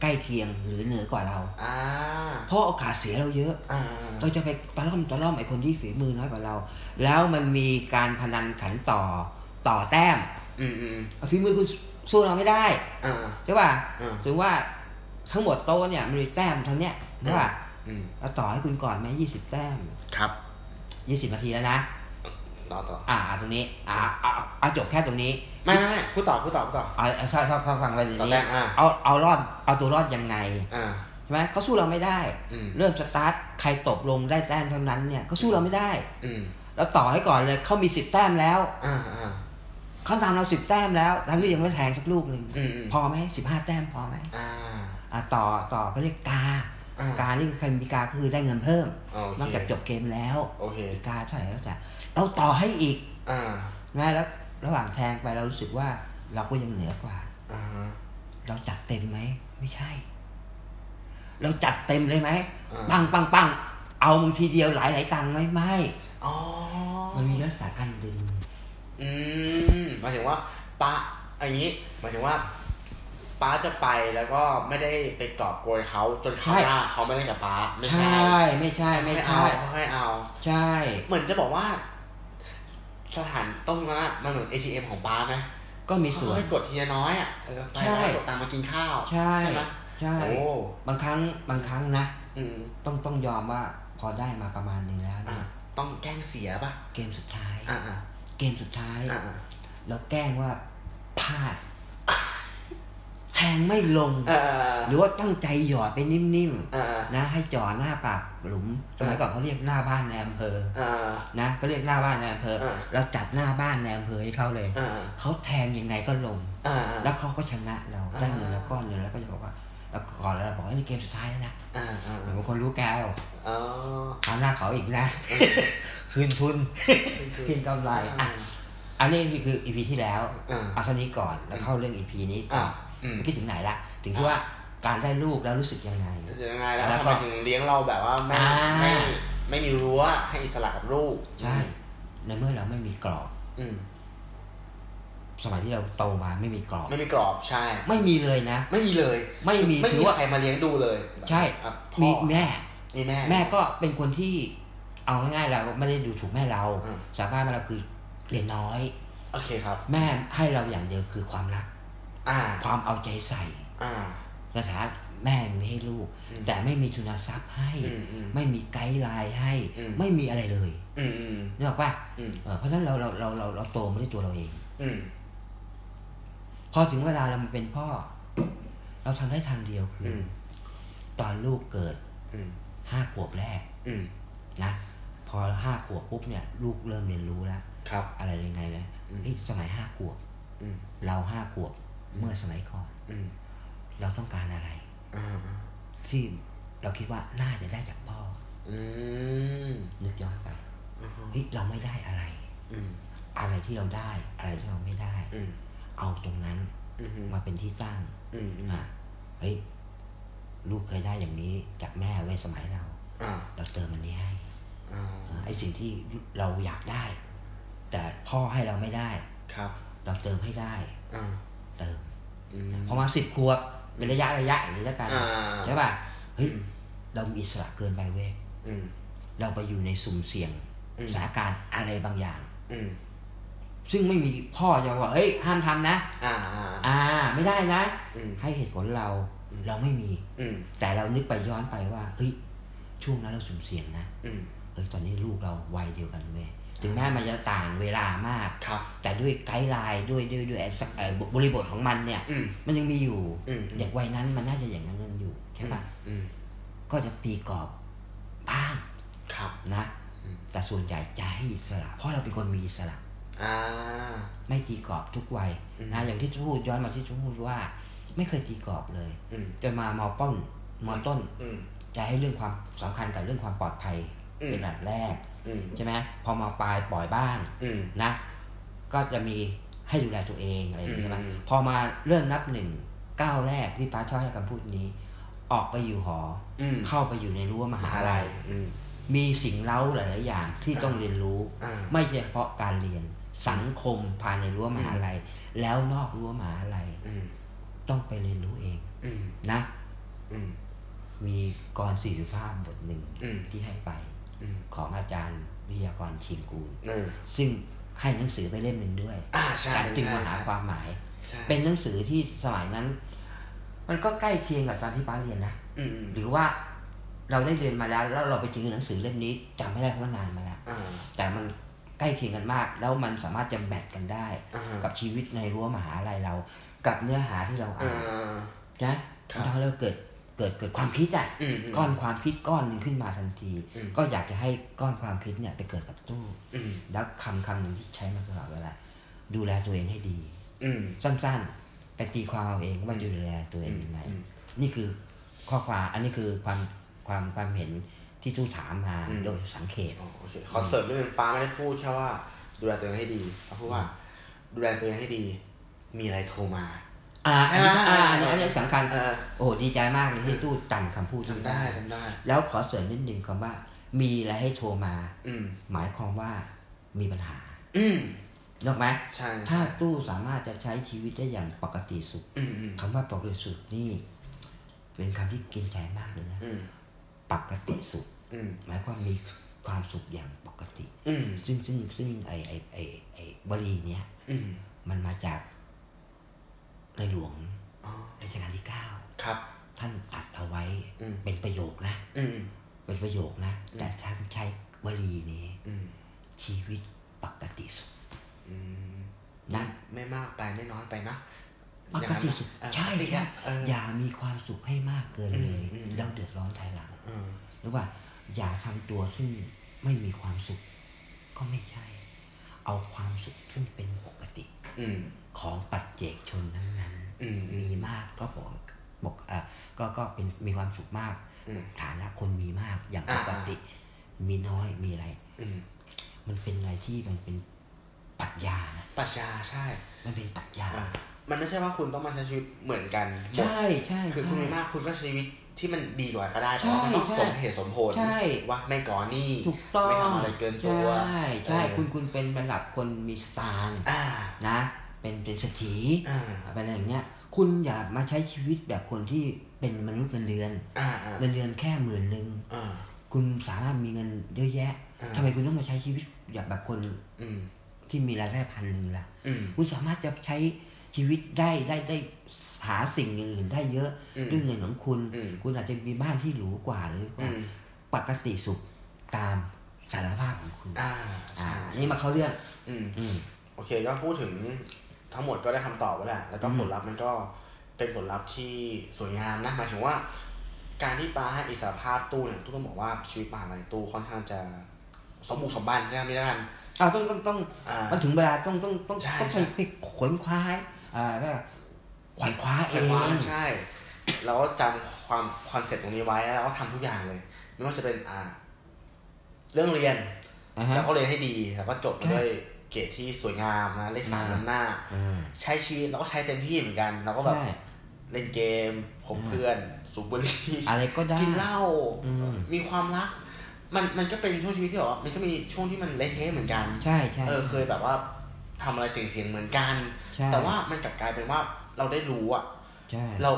C: ใกล้เคียงหรือเหนือกว่าเรา
B: อ่า
C: เพราะโอกาสเสียเราเยอะ
B: อ่า
C: เราจะไปตะล่อมตะล่อมไอ้คนที่ฝีมือน้อยกว่าเรา แล้วมันมีการพนันขันต่อต่อแต้ม
B: อืมอืม
C: ฝีมือคุณสู้เราไม่ได้
B: อ่า
C: ใช่ป่ะ
B: อ่า
C: ถึงว่าทั้งหมดโต๊ะเนี่ยมันมีแต้มเท่าเนี้ยใช่ป่ะ
B: อืม
C: เราต่อให้คุณก่อนไหมยี่สิบแต้ม
B: ครับ
C: ยี่สิบนาทีแล้วนะ
B: ต่อต่อ
C: อ่าอ่าตรงนี้อ่าเอาเอาเอาจบแค่ตรงนี้
B: ไม่ไม่ไม่พูดต่อพูดต่อพูดต่อ
C: เอาเอาชอบชอบชอบฟังไปเรื่
B: ต่อ
C: นี้
B: แต้มอ่า
C: เอาเอารอดเอาตัวรอดยังไง
B: อ่า
C: ใช่ไหมเขาสู้เราไม่ได้
B: อืม
C: เริ่มสตาร์ทใครตกลงได้แต้มเท่านั้นเนี่ยเขาสู้เราไม่ได้
B: อืม
C: เราต่อให้ก่อนเลยเขามีสิบแต้มแล้ว
B: อ่าอ่า
C: เขาตามเราสิบแต้มแล้วทั้งที่ยังไม่แทงสักลูกหนึ่ง
B: อืมอืม
C: พอไหมสิบห้าแต้มพอไหม
B: อ่า
C: อ่ะต่อต่อก็เรียกกา
B: อ่าก
C: านี่คือใครมีกาคือได้เงินเพิ่ม
B: โอน
C: อก
B: เค
C: จากจบเกมแล้ว
B: โอเค
C: อีกกาเท่าไหร่แล้วจ้ะเราต่อให้อีก
B: อ่า
C: นะแล้วระหว่างแทงไปเรารู้สึกว่าเราก็ยังเหนือกว่า
B: อ่าฮะ
C: เราจัดเต็มไหมไม่ใช่ เราจัดเต็มเลยไหม
B: อ่า
C: ปังปังปังเอามือทีเดียวหลายหลายตังค์ไหมไม่
B: อ๋อ
C: มันมีลักษณะการดึง
B: อืมหมายถึงว่าป้าอย่างนี้หมายถึงว่าป้าจะไปแล้วก็ไม่ได้ไปกอบโกยเขาจนเขา
C: ใช่
B: หน้าเขาไม่ได้กับป้าไม่
C: ใช
B: ใช่
C: ่ ไม่ใช่ไม่
B: เอา
C: ใช่
B: ไม่ให้เอา
C: ใช่
B: เหมือนจะบอกว่า สถานต้มนั้นอะมันเหมือน ATM ของป้าไหม
C: ก็มีส่วน
B: เขาให้กดทีละน้อยอ่ะเออไป
C: ใช่
B: แล้วกดตามมากินข้าว
C: ใช่
B: ไหม
C: ใช่
B: โอ้
C: บางครั้งบางครั้งนะ
B: อืม
C: ต้องต้องยอมว่าพอได้มาประมาณหนึ่งแล้ว
B: อ่ะ
C: เนี่ย
B: ต้องแกล้งเสียป่ะ
C: เกมสุดท้าย
B: อ่าอ่า
C: เกมสุดท้าย
B: อ่า
C: เราแกล้งว่าพลาด แทงไม่ลง
B: อ่า
C: หรือว่าตั้งใจหยอดไปนิ่ม
B: อ่า
C: ๆนะให้จ่อหน้าปากหลุมสมัยก่อนเขาเรียกหน้าบ้านในอำเภอ
B: อ่า
C: นะเขาเรียกหน้าบ้านในอำเภอ
B: อ่า
C: เราจัดหน้าบ้านในอำเภอให้เขาเลย
B: อ่า
C: เขาแทงยังไงก็ลง
B: อ่า
C: แล้
B: อ่าว
C: เขาก็ชนะเราได้เงินแล้วก้อนเงินแล้วก็จะบอกว่าเราก่อนแล้วเราบอกว่านี่เกมสุดท้ายแล้วนะ
B: อ่าอ่า
C: เหมือนบางคนรู้แกว
B: อ๋อ
C: เอาหน้าเขาอีกนะ คืนทุน คืนกำไรอ่ะอันนี้คืออีพีที่แล้ว
B: อ่า
C: เอาเท่านี้ก่อนแล้วเข้าเรื่องอีพีนี้ต่อ
B: อืม
C: เมื่อกี้ถึงไหนละถึงที่ว่าการได้ลูกแล้วรู้สึกยังไง
B: จะยังไงแล้ว
C: แล้ว
B: ทำ
C: ก็
B: ไมถึงเลี้ยงเราแบบว่าไม่
C: อ่า
B: ไม่ไม่มีรั้วให้อิสระกับลูก
C: ใช่ในเมื่อเราไม่มีกรอบ
B: อืม
C: สมัยที่เราโตมาไม่มีกรอบ
B: ไม่มีกรอบใช่
C: ไม่มีเลยนะ
B: ไม่มีเลย
C: ไม่มี
B: ไม่
C: ถื
B: มี
C: อว่า
B: ใครมาเลี้ยงดูเลยแบบ
C: ใช่
B: อ่ะพ่อ
C: มีแม่
B: มีแม่
C: แม่ก็เป็นคนที่เอาง่ายๆเราไม่ได้ดูถูกแม่เรา
B: อืม
C: สภาพแม่เราคือเรียนน้อย
B: โอเคครับ
C: แม่ให้เราอย่างเดียวคือความรัก
B: อ่า
C: ความเอาใจใส่
B: อ่า
C: สถานะแม่มีให้ลูก
B: อืม
C: แต่ไม่มีทุนทรัพย์ให้
B: อืมอืม
C: ไม่มีไกด์ไลน์ให้
B: อืม
C: ไม่มีอะไรเลย
B: อืมอืม
C: นึกออกป่ะ
B: อืม
C: เออเพราะฉะนั้นเราเราเราเราเราโตมาด้วยตัวเราเอง
B: อืม
C: พอถึงเวลาเรามาเป็นพ่อ เราทำได้ทางเดียวคือ
B: อื
C: อ
B: ม
C: ตอนลูกเกิด
B: อืม
C: ห้าขวบแรก
B: อืม
C: นะ พอห้าขวบปุ๊บเนี่ย ลูกเริ่มเรียนรู้แล้ว
B: ครับ
C: อะไรยังไงเลย
B: อืม
C: เอ้ยสมัยห้าขวบ
B: อืม
C: เราห้าขวบเมื่อสมัยก่อน
B: อืม
C: เราต้องการอะไร
B: อ่า
C: ที่เราคิดว่าน่าจะได้จากพ่อ
B: อืม
C: นึกย้อนไป
B: อืม
C: เฮ้ยเราไม่ได้อะไร
B: อืม
C: อะไรที่เราได้ อะไรที่เราไม่ได้
B: อืม
C: เอาตรงนั้น
B: อืม
C: มาเป็นที่ตั้ง
B: อืม
C: อ่ะเฮ้ยลูกเคยได้อย่างนี้จากแม่ไว้ยสมัยเรา
B: อ่า
C: เราเติมมันนี้ให้
B: อ่า
C: อ่ะไอสิ่งที่เราอยากได้ แต่พ่อให้เราไม่ได้
B: ครับ
C: เราเติมให้ได้
B: อ่า
C: เติม
B: อืม
C: พอมาสิบขวบเป็นระยะระยะอย่างนี้แล้วกัน
B: อ่า
C: ใช่ป่ะเฮ้ยเรามีอิสระเกินไปเว้ย
B: อืม
C: เราไปอยู่ในสุ่มเสี่ยง
B: อืม
C: สถานการณ์อะไรบางอย่าง
B: อืม
C: ซึ่งไม่มีพ่อจะบอกเฮ้ยห้ามทำนะ
B: อ่าอ่า
C: อ่าไม่ได้นะ
B: อืม
C: ให้เหตุผลเรา
B: อืม
C: เราไม่มี
B: อืม
C: แต่เรานึกไปย้อนไปว่าเฮ้ยช่วงนั้นเราสุ่มเสี่ยงนะ
B: อืม
C: เฮ้ยตอนนี้ลูกเราวัยเดียวกันเว้ยถึงแม้มันจะต่างเวลามาก
B: ครับ
C: แต่ด้วยไกด์ไลน์ด้วยด้วยด้วยไอ้สักเอ่อบริบทของมันเนี่ย
B: อืม
C: มันยังมีอยู่
B: อืม
C: เด็กวัยนั้นมันน่าจะอย่างนั้นกันอยู่ใช่ปะ
B: อืม
C: ก็จะตีกรอบบ้าง
B: ครับ
C: นะ
B: อืม
C: แต่ส่วนใหญ่จะให้อิสระ เพราะเราเป็นคนมีอิสระ
B: อ่า
C: ไม่ตีกรอบทุกวัย
B: อืม
C: นะอย่างที่พูดย้อนมาที่พูดว่า ไม่เคยตีกรอบเลย
B: อืม
C: จะมามอป้องมอต้น
B: อืม
C: จะให้เรื่องความสำคัญกับเรื่องความปลอดภัย
B: อืม
C: เป็นอันดับแรก
B: อืม
C: ใช่ไหมพอมาปลายปล่อยบ้าง
B: อืม
C: นะ ก็จะมีให้ดูแลตัวเองอะไรอย่างนี้ใช่ไหม
B: อืม
C: พอมาเริ่มนับหนึ่งก้าวแรกที่ป้าชอบให้คำพูดนี้ ออกไปอยู่หอ
B: อืม
C: เข้าไปอยู่ในรั้วมหาลัย
B: อืม
C: มีสิ่งเล้าหลายๆอย่างที่ต้องเรียนรู้
B: อ่า
C: ไม่เฉพาะการเรียนสังคมภายในรั้วมหาลัย แล้วนอกรั้วมหาลัย
B: อืม
C: ต้องไปเรียนรู้เอง
B: อืม
C: นะ
B: อืม
C: มีกรสี่สุภาพบทหนึ่ง
B: อืม
C: ที่ให้ไป
B: อืม
C: ของอาจารย์วิทยากรชิงกูล
B: เออ
C: ซึ่งให้หนังสือไปเล่มหนึ่งด้วย
B: อ่าใช่
C: การจึงมาหาความหมาย เป็นหนังสือที่สมัยนั้น มันก็ใกล้เคียงกับตอนที่ป้าเรียนนะ
B: อืมอืม
C: หรือว่าเราได้เรียนมาแล้วแล้วเราไปเจอหนังสือเล่มนี้จำไม่ได้เพราะว่านานมาแล้ว
B: อ่า
C: แต่มันใกล้เคียงกันมาก แล้วมันสามารถจะแบทกันได้
B: อ่า
C: กับชีวิตในรั้วมหาลัยเรา กับเนื้อหาที่เรา
B: อ่า
C: อ่านนะครับ ทำให้เราเกิดเกิดเกิดความคิดอ่ะ
B: อืมม
C: ก้อนความคิดก้อนหนึงขึ้นมาทันที
B: อืม
C: ก็อยากจะให้ก้อนความคิดเนี่ยไปเกิดกับตู้
B: อืม
C: แล้วคำคำหนึ่งที่ใช้มาตลอดเวลาดูแลตัวเองให้ดี
B: อืม
C: สั้นๆ ไปตีความเอาเองว่า
B: อืม
C: จะดูแลตัวเองยังไง
B: อืม
C: นี่คือข้อความอันนี้คือความความความเห็นที่ตู้ถามมา
B: อืม
C: โดยสังเกต
B: อ๋อโอเคขอเสริมนิดนึงป้าไม่ได้พูดแค่ว่า ดูแลตัวเองให้ดีเขาพูดว่า ดูแลตัวเองให้ดี มีอะไรโทรมา
C: อ่าอันนี้
B: ใช่ไหม
C: อ่าอันนี้อันนี้สำคัญ
B: เออ
C: โอ้ดีใจมากเลยที่ตู้จำคำพูด
B: จำได้จำได้
C: แล้วขอเสริมนิดนึงคำว่า มีอะไรให้โทรมา
B: อืม
C: หมายความว่ามีปัญหา
B: อืม
C: นกไหม
B: ใช่
C: ถ้าตู้สามารถจะใช้ชีวิตได้อย่างปกติสุข
B: อืมอืม
C: คำว่าปกติสุขนี่ เป็นคำที่กินใจมากเลยนะ
B: อืม
C: ปกติสุข
B: อืม
C: หมายความมีความสุขอย่างปกติ
B: อืม
C: ซึ่งซึ่งซึ่งไอไอไอไอบรีเนี้ย
B: อืม
C: มันมาจากในหลวง
B: อ๋อ
C: รัชกาลที่เก้า
B: ครับ
C: ท่านตัดเอาไว้
B: อืม
C: เป็นประโยคนะ
B: อืม
C: เป็นประโยคนะ
B: อืม
C: แต่ท่านใช้วลีนี้
B: อืม
C: ชีวิตปกติสุข
B: อืม
C: นะ
B: ไม่มากไปไม่น้อยไปนะ
C: ปกติสุข
B: เออ
C: ใช่
B: ปกติ
C: ครั
B: อะ
C: บ
B: เออ
C: อย่ามีความสุขให้มากเกินเลย
B: อืมอืม
C: แล้วเดือดร้อนภายหลัง
B: เออ
C: หรือว่า อย่าทำตัวซึ่งไม่มีความสุข ก็ไม่ใช่ เอาความสุขซึ่งเป็นปกติ
B: อืม
C: ของปัจเจกชนนั้นนั้นๆ
B: อืมอืม
C: มีมากก็บอกบอกเอ่อก็ก็เป็นมีความสุขมาก
B: อืม
C: ฐานะคนมีมากอย่างป
B: อ่า
C: กติ มีน้อยมีอะไร
B: อืม
C: มันเป็นอะไรที่มันเป็นปรัชญานะ
B: ปรัชญาใช่
C: มันเป็นปรัชญา
B: อ่ะมันไม่ใช่ว่าคุณต้องมาใช้ชีวิตเหมือนกันหมด
C: ใช่ใช่
B: คือคุณมี
C: ใช่
B: มากคุณก็ชีวิตที่มันดีกว่าก็ได้แต่
C: ใช่
B: ว่ามันต้อง
C: ใช่
B: สมเหตุสมผล
C: ใช่
B: ว่าไม่ก่อหนี้
C: ถูกต้อง
B: ไม่ทำอะไรเกินตัว
C: ใช่ใช่
B: เออ
C: คุณคุณเป็นระดับคนมีสตางค์
B: อ่า
C: นะ เป็นเป็นเศรษฐี
B: อ่า
C: อะไรอย่างเงี้ย คุณอย่ามาใช้ชีวิตแบบคนที่เป็นมนุษย์เงินเดือน
B: อ่าอ่า
C: เงินเดือนแค่หมื่นหนึ่ง
B: อ่า
C: คุณสามารถมีเงินเยอะแยะ
B: อ่า
C: ทำไมคุณต้องมาใช้ชีวิตแบบแบบคน
B: อืม
C: ที่มีรายได้พันหนึ่งล่ะ
B: อืม
C: คุณสามารถจะใช้ชีวิตได้ได้ได้หาสิ่งอื่นได้เยอะ
B: อืม
C: ด้วยเงินของคุณ
B: อืม
C: คุณอาจจะมีบ้านที่หรูกว่าหรือ
B: อื
C: ว่ามปกติสุขตามสารภาพของคุณ
B: อ่า
C: อ่า
B: ใช่
C: อันนี่มาเข้าเรื่อง
B: อืม
C: อืม
B: โอเคก็พูดถึงทั้งหมดก็ได้คำตอบแล้วแหละแล้วก็
C: อืม
B: ผลลัพธ์มันก็เป็นผลลัพธ์ที่สวยงามนะหมายถึงว่า การที่ป้าให้อิสรภาพตู้เนี่ยตู้ต้องบอกว่าชีวิตมหาลัยตู้ค่อนข้างจะสมบูรณ์สมบันใช่ไหมพี่นัน
C: เอาต้องต้องต้อง
B: อ่า
C: มันถึงเวลาต้องต้องต้อง
B: ใช่
C: ต้อง
B: ใช่
C: ไปไปขวนคว้าให้อ่าก็ขวายคว้าเอ
B: แต่
C: ง
B: ว่าใช่ เราก็จำความคอนเซ็ปต์ตรงนี้ไว้แล้วเราก็ทำทุกอย่างเลย ไม่ว่าจะเป็นอ่า เรื่องเรียน
C: อ่าฮะ
B: เราก็เรียนให้ดีแล้วก็จบ
C: ครับ
B: ด้วยเกรดที่สวยงามนะเลขสามนำหน้า
C: อืม
B: ใช้ชีวิตเราก็ใช้เต็มที่เหมือนกันเราก็แบบ
C: ใช่
B: เล่นเกมคบ
C: อ่า
B: เพื่อนสูบบุหรี่
C: อะไรก็ได้
B: กินเหล้า
C: อืม
B: มีความรัก มันมันก็เป็นช่วงชีวิตที่แบบว่ามันก็มีช่วงที่มันเละเทะเหมือนกัน
C: ใช่ใช่
B: เออเคยแบบว่าทำอะไรเสี่ยงๆเหมือนกัน
C: ใช่
B: แต่ว่ามันกลับกลายเป็นว่าเราได้รู้อะ
C: ใช่
B: เรา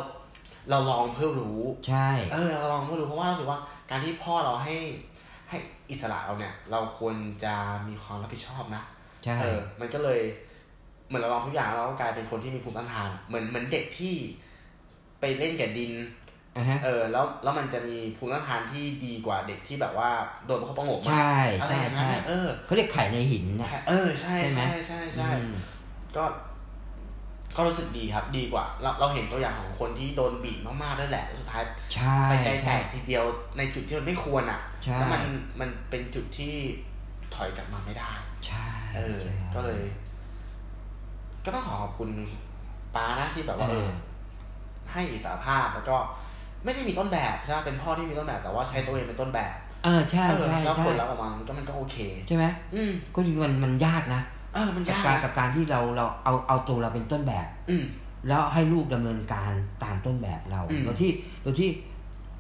B: เราลองเพื่อรู้
C: ใช่
B: เออเราลองเพื่อรู้เพราะว่าเราสึกว่าการที่พ่อเราให้ให้อิสระเราเนี่ย เราควรจะมีความรับผิดชอบนะ
C: ใช่
B: เออ มันก็เลยเหมือนเราลองทุกอย่างแล้วก็กลายเป็นคนที่มีภูมิต้านทานอะเหมือนเหมือนเด็กที่ไปเล่นกับดิน
C: อ่ะฮะ
B: เออ แล้วแล้วมันจะมีภูมิต้านทานที่ดีกว่าเด็กที่แบบว่าโดนเขาประโงกมา
C: ใช่
B: อะไร
C: ใช่
B: อย่างนั้น
C: ใช่
B: อะเออ
C: เขาเรียกไข่ในหินนะ
B: เออใช่
C: ใช่ไหม
B: ใช่ใช่ใช่
C: อืม
B: ก็ ก็รู้สึกดีครับ ดีกว่า เราเราเห็นตัวอย่างของคนที่โดนบีบมากๆด้วยแหละแล้วสุดท้าย
C: ใช่
B: ไปใจแต
C: ใช่
B: กทีเดียวในจุดที่มันไม่ควรอ่ะ
C: ใช่
B: แล้วมันมันเป็นจุดที่ถอยกลับมาไม่ได้
C: ใช่
B: เออ
C: ใช่
B: ก็เลย ก็ต้องขอขอบคุณป้านะที่แบบว่า
C: เอ
B: เอ
C: อ
B: อ ให้อิสรภาพแล้วก็ไม่ได้มีต้นแบบใช่ไหมเป็นพ่อที่มีต้นแบบ แต่ว่าใช้ตัวเองเป็นต้นแบบ
C: เออใช่
B: เออ
C: ใช่
B: แล้ว
C: ใช่
B: ผลลัพธ์ออกมามันก็มันก็โอเค
C: ใช่ไหม
B: อืม
C: ก็จริงๆมันมันยากนะ
B: เออ มัน
C: กับ
B: ยาก
C: การ
B: นะ
C: กับการที่เราเราเอาเอาตัวเราเป็นต้นแบบ
B: อืม
C: แล้วให้ลูกดำเนินการตามต้นแบบเรา
B: อืม
C: โดยที่โดยที่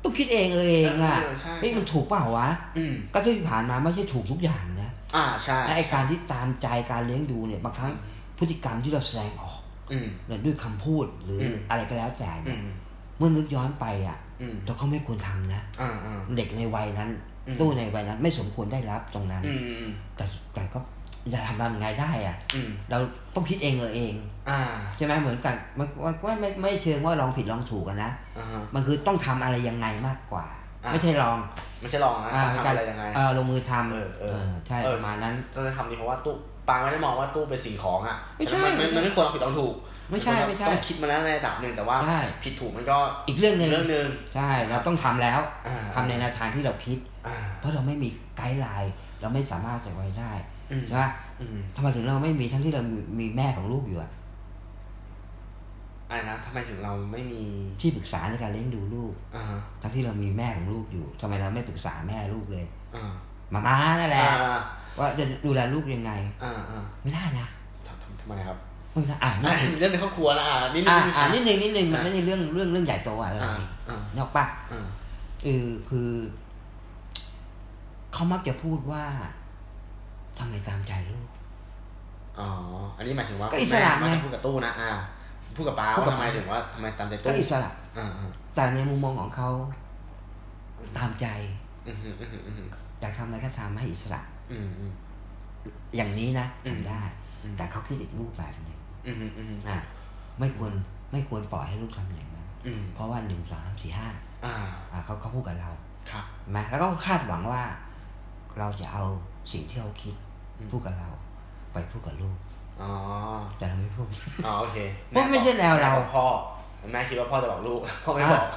C: ต้องคิดเองเออเองอ่ะ
B: เออใช่
C: เฮ้ยมันถูกเปล่าวะ
B: อืม
C: ก็ที่ผ่านมาไม่ใช่ถูกทุกอย่างนะ
B: อ่าใช่
C: และไอการที่ตามใจการเลี้ยงดูเนี่ยบางครั้งพฤติกรรมที่เราแสดงออก
B: อืม
C: เนี่ยด้วยคำพูดหรืออ
B: ม
C: อะไรก็แล้วแต่
B: อื
C: เนี่ย
B: ม
C: เมื่อนึกย้อนไปอ่ะ
B: อืม
C: เราก็ไม่ควรทำนะ
B: อ่าอ่า
C: เด็กในวัยนั้น
B: อืม
C: ตู้ในวัยนั้นไม่สมควรได้รับตรงนั้น
B: อืม
C: แต่แต่ก็จะทำยังไงได้อ่ะ
B: อืม
C: เราต้องคิดเองเออเอง
B: อ่า
C: ใช่ไหมเหมือนกันมันมันมันไม่ไม่เชิงว่าลองผิดลองถูกกันนะ
B: อ่าฮะ
C: มันคือต้องทำอะไรยังไงมากกว่า
B: อ่ะ
C: ไม่ใช่ลอง
B: ไม่ใช่ลองนะ
C: า
B: ทำอะไรยังไง
C: เออลงมือทำ
B: เออเออ
C: ใช่
B: เออ
C: ประมาณนั้น
B: จะทำดีเพราะว่าตู้ปาไม่ได้มองว่าตู้เป็นสิ่งของอ่ะ
C: ไม่ใช่
B: ฉะนั้นมันมันมันไม่ควรเอาผิดเอาถูก
C: ไม่ใช่
B: นต้อง
C: ไม่ใช่
B: ต้องคิดมาแล้วในระดับหนึ่งแต่ว่า
C: ใช่
B: ผิดถูกมันก็
C: อีกเรื่องหนึ่ง
B: เรื่องหนึ่ง
C: ใช่เราต้องทำแล้ว
B: อ่า
C: ทำในแนวทางที่เราคิด
B: อ่า
C: เพราะเราไม่มีไกด์ไลน์เราไม่สามารถจะไว้ได้
B: อืม
C: ใช่ไหม
B: อืม
C: ทำไมถึงเราไม่มีทั้งที่เรามีมีแม่ของลูกอยู่อะ
B: อะไรนะทำไมถึงเราไม่มี
C: ที่ปรึกษาในการเลี้ยงดูลูก
B: อ่า
C: ทั้งที่เรามีแม่ของลูกอยู่ทำไมเราไม่ปรึกษาแม่ลูกเลย
B: อ่า
C: มาม่านั่นแห
B: อ่า
C: ละว่าจะดูแลลูกยังไง
B: อ่าอ่า
C: ไม่ได้นะ
B: ทำทำทำไมครับ
C: ไม่ได้อ่าน
B: อ่ะ เรื่องในครอบครัวละอ่านิดนึ
C: อ่าง อ่านนิดนึงนิดนึงมันไม่ใช่เรื่องเรื่องเรื่องใหญ่โตอะไร
B: อ่าอ่าน
C: กออกปะ
B: อ่า
C: เออคือ เขามักจะพูดว่าทำไมตามใจลูก
B: อ๋ออันนี้หมายถึงว่า
C: ก็อิสระ
B: คุณแม่
C: ไง
B: มัจะพูดกับตู้นะอ่าพูดกับป้า
C: พูดกั
B: ว่าทำ
C: บ
B: ไมถึงว่าทำไมตามใจ
C: ก็
B: ตู้
C: อิสระ
B: อ่าอ่า
C: แต่ในมุมมองของเขา ตามใจ
B: อืมอืมอืมอืม
C: อยากทำอะไรก็ทำให้อิสระ
B: อืมอืม
C: อย่างนี้นะ
B: อืม
C: ทำได้
B: อืม
C: แต่เขาคิดอีกรูปแบบหนึ่ง
B: อืมอืม
C: อ่ะไม่ควรไม่ควรปล่อยให้ลูกทำอย่างนั้น
B: อืม
C: เพราะว่าหนึ่งสองสามสี่ห้า
B: อ่า
C: อ่ะเขาเขาพูดกับเรา
B: ครับ
C: ใช่ไหมแล้วก็คาดหวังว่า เราจะเอาสิ่งที่เขาคิด
B: อืม
C: พูดกับเรา ไปพูดกับลูก
B: อ๋อ
C: แต่เราไม่พูด
B: อ๋อโอเค
C: เพราะไม่ใช่แนวเรา
B: บอกพ่อแม่คิดว่าพ่อจะบอกลูกพ่อไม่บอก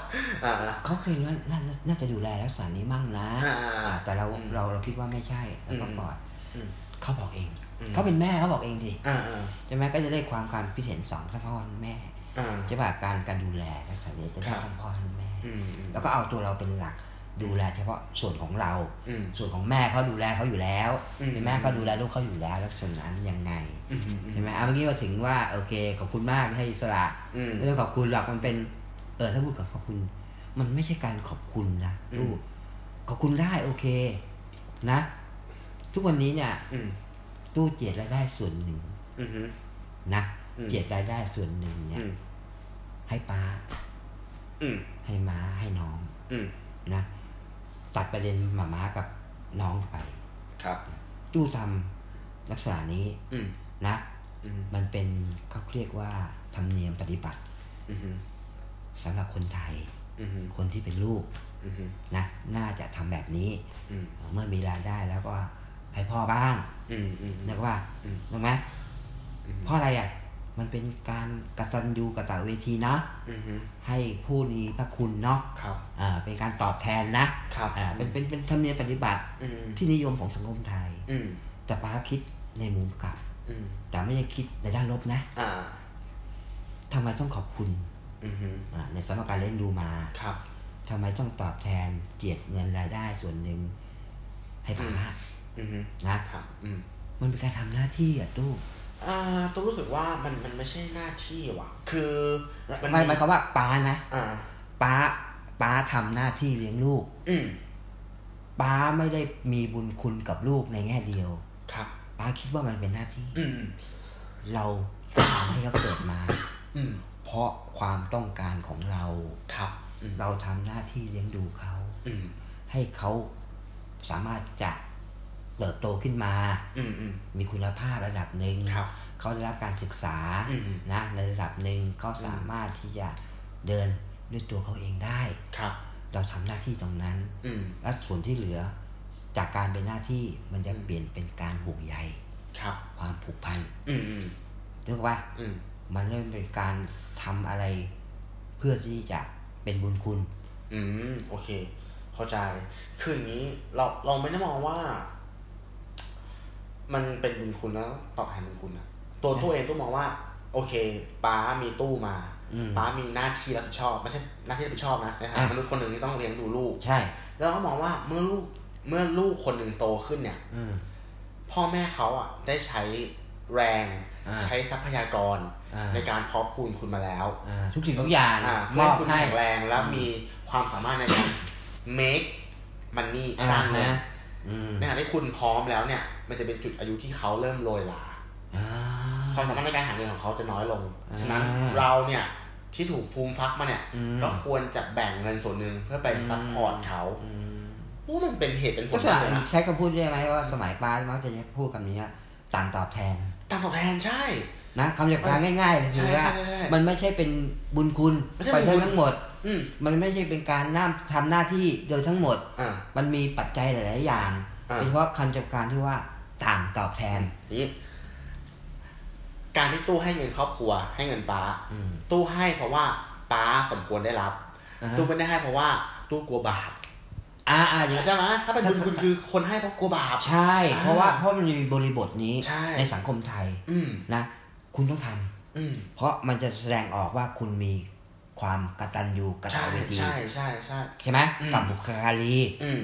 B: อ่า
C: เขาเคยว่าน่าน่าจะดูแลลักษณะนี้มั่งนะ
B: อ่าอ่าอ่า
C: อ่าแต่เรา
B: อืม
C: เราเราคิดว่าไม่ใช่แล้วก็
B: อืม
C: ปล่อย
B: อืม
C: เขาบอกเอง
B: อืม
C: เขาเป็นแม่เขาบอกเองดิ
B: อ่าอ่า
C: ใช่ไหมก็จะได้ความความคิดเห็นสองทั้งพ่อทั้งแม่
B: อ่า
C: ใช่ป่ะการการดูแลลักษณะนี้จะ
B: ค
C: ได้
B: รับ
C: ทั้งพ่อทั้งแม่
B: อืมอืม
C: แล้วก็เอาตัวเราเป็นหลักดูแลเฉพาะส่วนของเรา
B: อืม
C: ส่วนของแม่เขาดูแลเขาอยู่แล้ว
B: อืม
C: ใช่ไหมเขาดูแลลูกเขาอยู่แล้วลักษณะนั้นยังไง
B: อืมอืม
C: ใช่ไหมอ่ะเมื่อกี้มาถึงว่าโอเคขอบคุณมากที่ให้อิสระ
B: อืม
C: ไม่ต้องขอบคุณหรอกมันเป็น เออถ้าพูดกับขอบคุณ มันไม่ใช่การขอบคุณนะ
B: อืม
C: ลูกขอบคุณได้โอเค นะ ทุกวันนี้เนี่ย
B: อืม
C: ตู้เจียดรายได้ส่วนหนึ่ง
B: อืม
C: นะ
B: อืม
C: เจียดรายได้ส่วนหนึ่งเนี่
B: อื
C: ย
B: ม
C: ให้ป้า
B: อืม
C: ให้ม้าให้น้อง
B: อืม
C: นะตัดประเด็นหมาม้ากับน้องไป
B: ครับ
C: ตู้ทำลักษณะนี้
B: อืม
C: นะ
B: อืม
C: มันเป็นเขาเรียกว่าธรรมเนียมปฏิบัติ
B: อืม
C: สำหรับคนไทย
B: อืม
C: คนที่เป็นลูก
B: อืม
C: นะน่าจะทำแบบนี้
B: อืม
C: เมื่อมีรายได้แล้วก็ให้พ่อบ้าง
B: อืมอืม
C: นึกว่า
B: อืม
C: ถูกไหมเพราะอะไรอ่ะ มันเป็นการกตัญญูกตเวทีนะ
B: อืม
C: ให้ผู้มีพระคุณเนาะ
B: ครับ
C: อ่าเป็นการตอบแทนนะครับ อ่าเป็นเป็นเป็นธรรมเนียมปฏิบัติ
B: อืม
C: ที่นิยมของสังคมไทย
B: อืม
C: แต่ป้าคิดในมุมกลับ
B: อืม
C: แต่ไม่ได้คิดในด้านลบนะ
B: อ่า
C: ทำไมต้องขอบคุณ
B: อืม
C: อ่าในสมการเล่นดูมา
B: ครับ
C: ทำไมต้องตอบแทนเจียดเงินรายได้ส่วนหนึ่งให้ป้า
B: อืม อืม
C: นะครับ
B: อืม
C: มันเป็นการทำหน้าที่อ่ะตู้
B: อ่าตัวรู้สึกว่ามันมันไม่ใช่หน้าที่ว่ะ คือ
C: หมายหมายความว่าป้านะ
B: อ่า
C: ป้าป้าทำหน้าที่เลี้ยงลูก
B: อืม
C: ป้าไม่ได้มีบุญคุณกับลูกในแง่เดียว
B: ครับ
C: ป้าคิดว่ามันเป็นหน้าที่
B: อืม
C: เราทำให้เขาเกิดมา
B: อืม
C: เพราะความต้องการของเรา
B: ครับอืม
C: เราทำหน้าที่เลี้ยงดูเขา
B: อืม
C: ให้เขาสามารถจะเติบโตขึ้นมา
B: อืมอืม
C: มีคุณภาพระดับหนึ่ง
B: ครับ
C: เขาได้รับการศึกษา
B: อืม
C: นะในระดับหนึ่งเขาสามารถที่จะเดินด้วยตัวเขาเองได้
B: ครับ
C: เราทำหน้าที่ตรงนั้น
B: อืม
C: และส่วนที่เหลือจากการเป็นหน้าที่มันจะเปลี่ยนเป็นการห่วงใย
B: ครับ
C: ความผูกพัน
B: อืมอืม
C: นึกว่า
B: อืม
C: มันเริ่มเป็นการทำอะไร เพื่อที่จะเป็นบุญคุณ
B: อืมโอเค เข้าใจ คืออย่างนี้เราเราไม่ได้มองว่า มันเป็นบุญคุณแล้วตอบแทนบุญคุณอะตัวตู้เองตู้มองว่า โอเคป้ามีตู้มา
C: อืม
B: ป้ามีหน้าที่รับผิดชอบไม่ใช่หน้าที่รับผิดชอบนะในฐานะ
C: อ่ะ
B: มนุษย์คนหนึ่งที่ต้องเลี้ยงดูลูก
C: ใช่
B: แล้วก็มองว่าเมื่อลูกเมื่อลูกคนหนึ่งโตขึ้นเนี่ย
C: อืม
B: พ่อแม่เขาอ่ะได้ใช้แรง
C: อ่า
B: ใช้ทรัพยากร
C: อ่า
B: ในการเพาะพูนคุณมาแล้ว
C: อ่าทุกสิ่งทุกอย่าง
B: อ่าม เมื่อ
C: อบ
B: คุณ
C: ให้
B: แข็งแรงและมีความสามารถในการ make money สร้างเงิน
C: อ่าฮะ อืม
B: ในขณะที่คุณพร้อมแล้วเนี่ย มันจะเป็นจุดอายุที่เขาเริ่มโรยลา
C: อ่า
B: ความสามารถในการหาเงินของเขาจะน้อยลง
C: อ่า
B: ฉะนั้นเราเนี่ยที่ถูกฟูมฟักมาเนี่ย
C: อืม
B: ก็ควรจะแบ่งเงินส่วนหนึ่งเพื่อไปซัพพอร์ตเขา
C: อืม
B: ว่ามันเป็นเหตุเป็นผ
C: ลั
B: ล
C: กษณะ
B: มากเลยนะ
C: ใช้คำพูดได้ไหมว่าสมัยป้ามักจะพูดคำนี้นะต่างตอบแทน
B: ต่างตอบแทนใช่
C: นะคำหยาบคายง่ายๆเลยคือว่า
B: ใช่ใช่ใช่ใช่
C: มันไม่ใช่เป็นบุญคุณ
B: ไม่ใช่
C: ไป
B: บุญคุ
C: ทั้
B: ณ
C: งทั้งหมด
B: อืม
C: มันไม่ใช่เป็นการน่าทำหน้าที่โดยทั้งหมด
B: อ่า
C: มันมีปัจจัยหลาย ๆ อย่าง
B: อ่ะ
C: โดยเฉพาะคำจำการที่ว่าต่างตอบแทน
B: นี้การที่ตู้ให้เงินครอบครัว ให้เงินป้า
C: อืม
B: ตู้ให้เพราะว่าป้าสมควรได้รับ
C: อ่าฮะ
B: ตู้ไม่ได้ให้เพราะว่าตู้กลัวบาป
C: อ่าอ่าอย่าง
B: ใช่ไหมถ้าเป็นคุณคุณคือคนให้เพราะกลัวบาป
C: ใช่ เพราะว่าเพราะมันมีบริบทนี้
B: ใช่
C: ในสังคมไทย
B: อืม
C: นะ คุณต้องทำ
B: อืม
C: เพราะมันจะแสดงออกว่าคุณมีความกตัญญูกต
B: ใช่
C: เวที
B: ใช่ใช่ใช่
C: ใช่ไหม
B: อืม
C: กับบุคลากร
B: อืม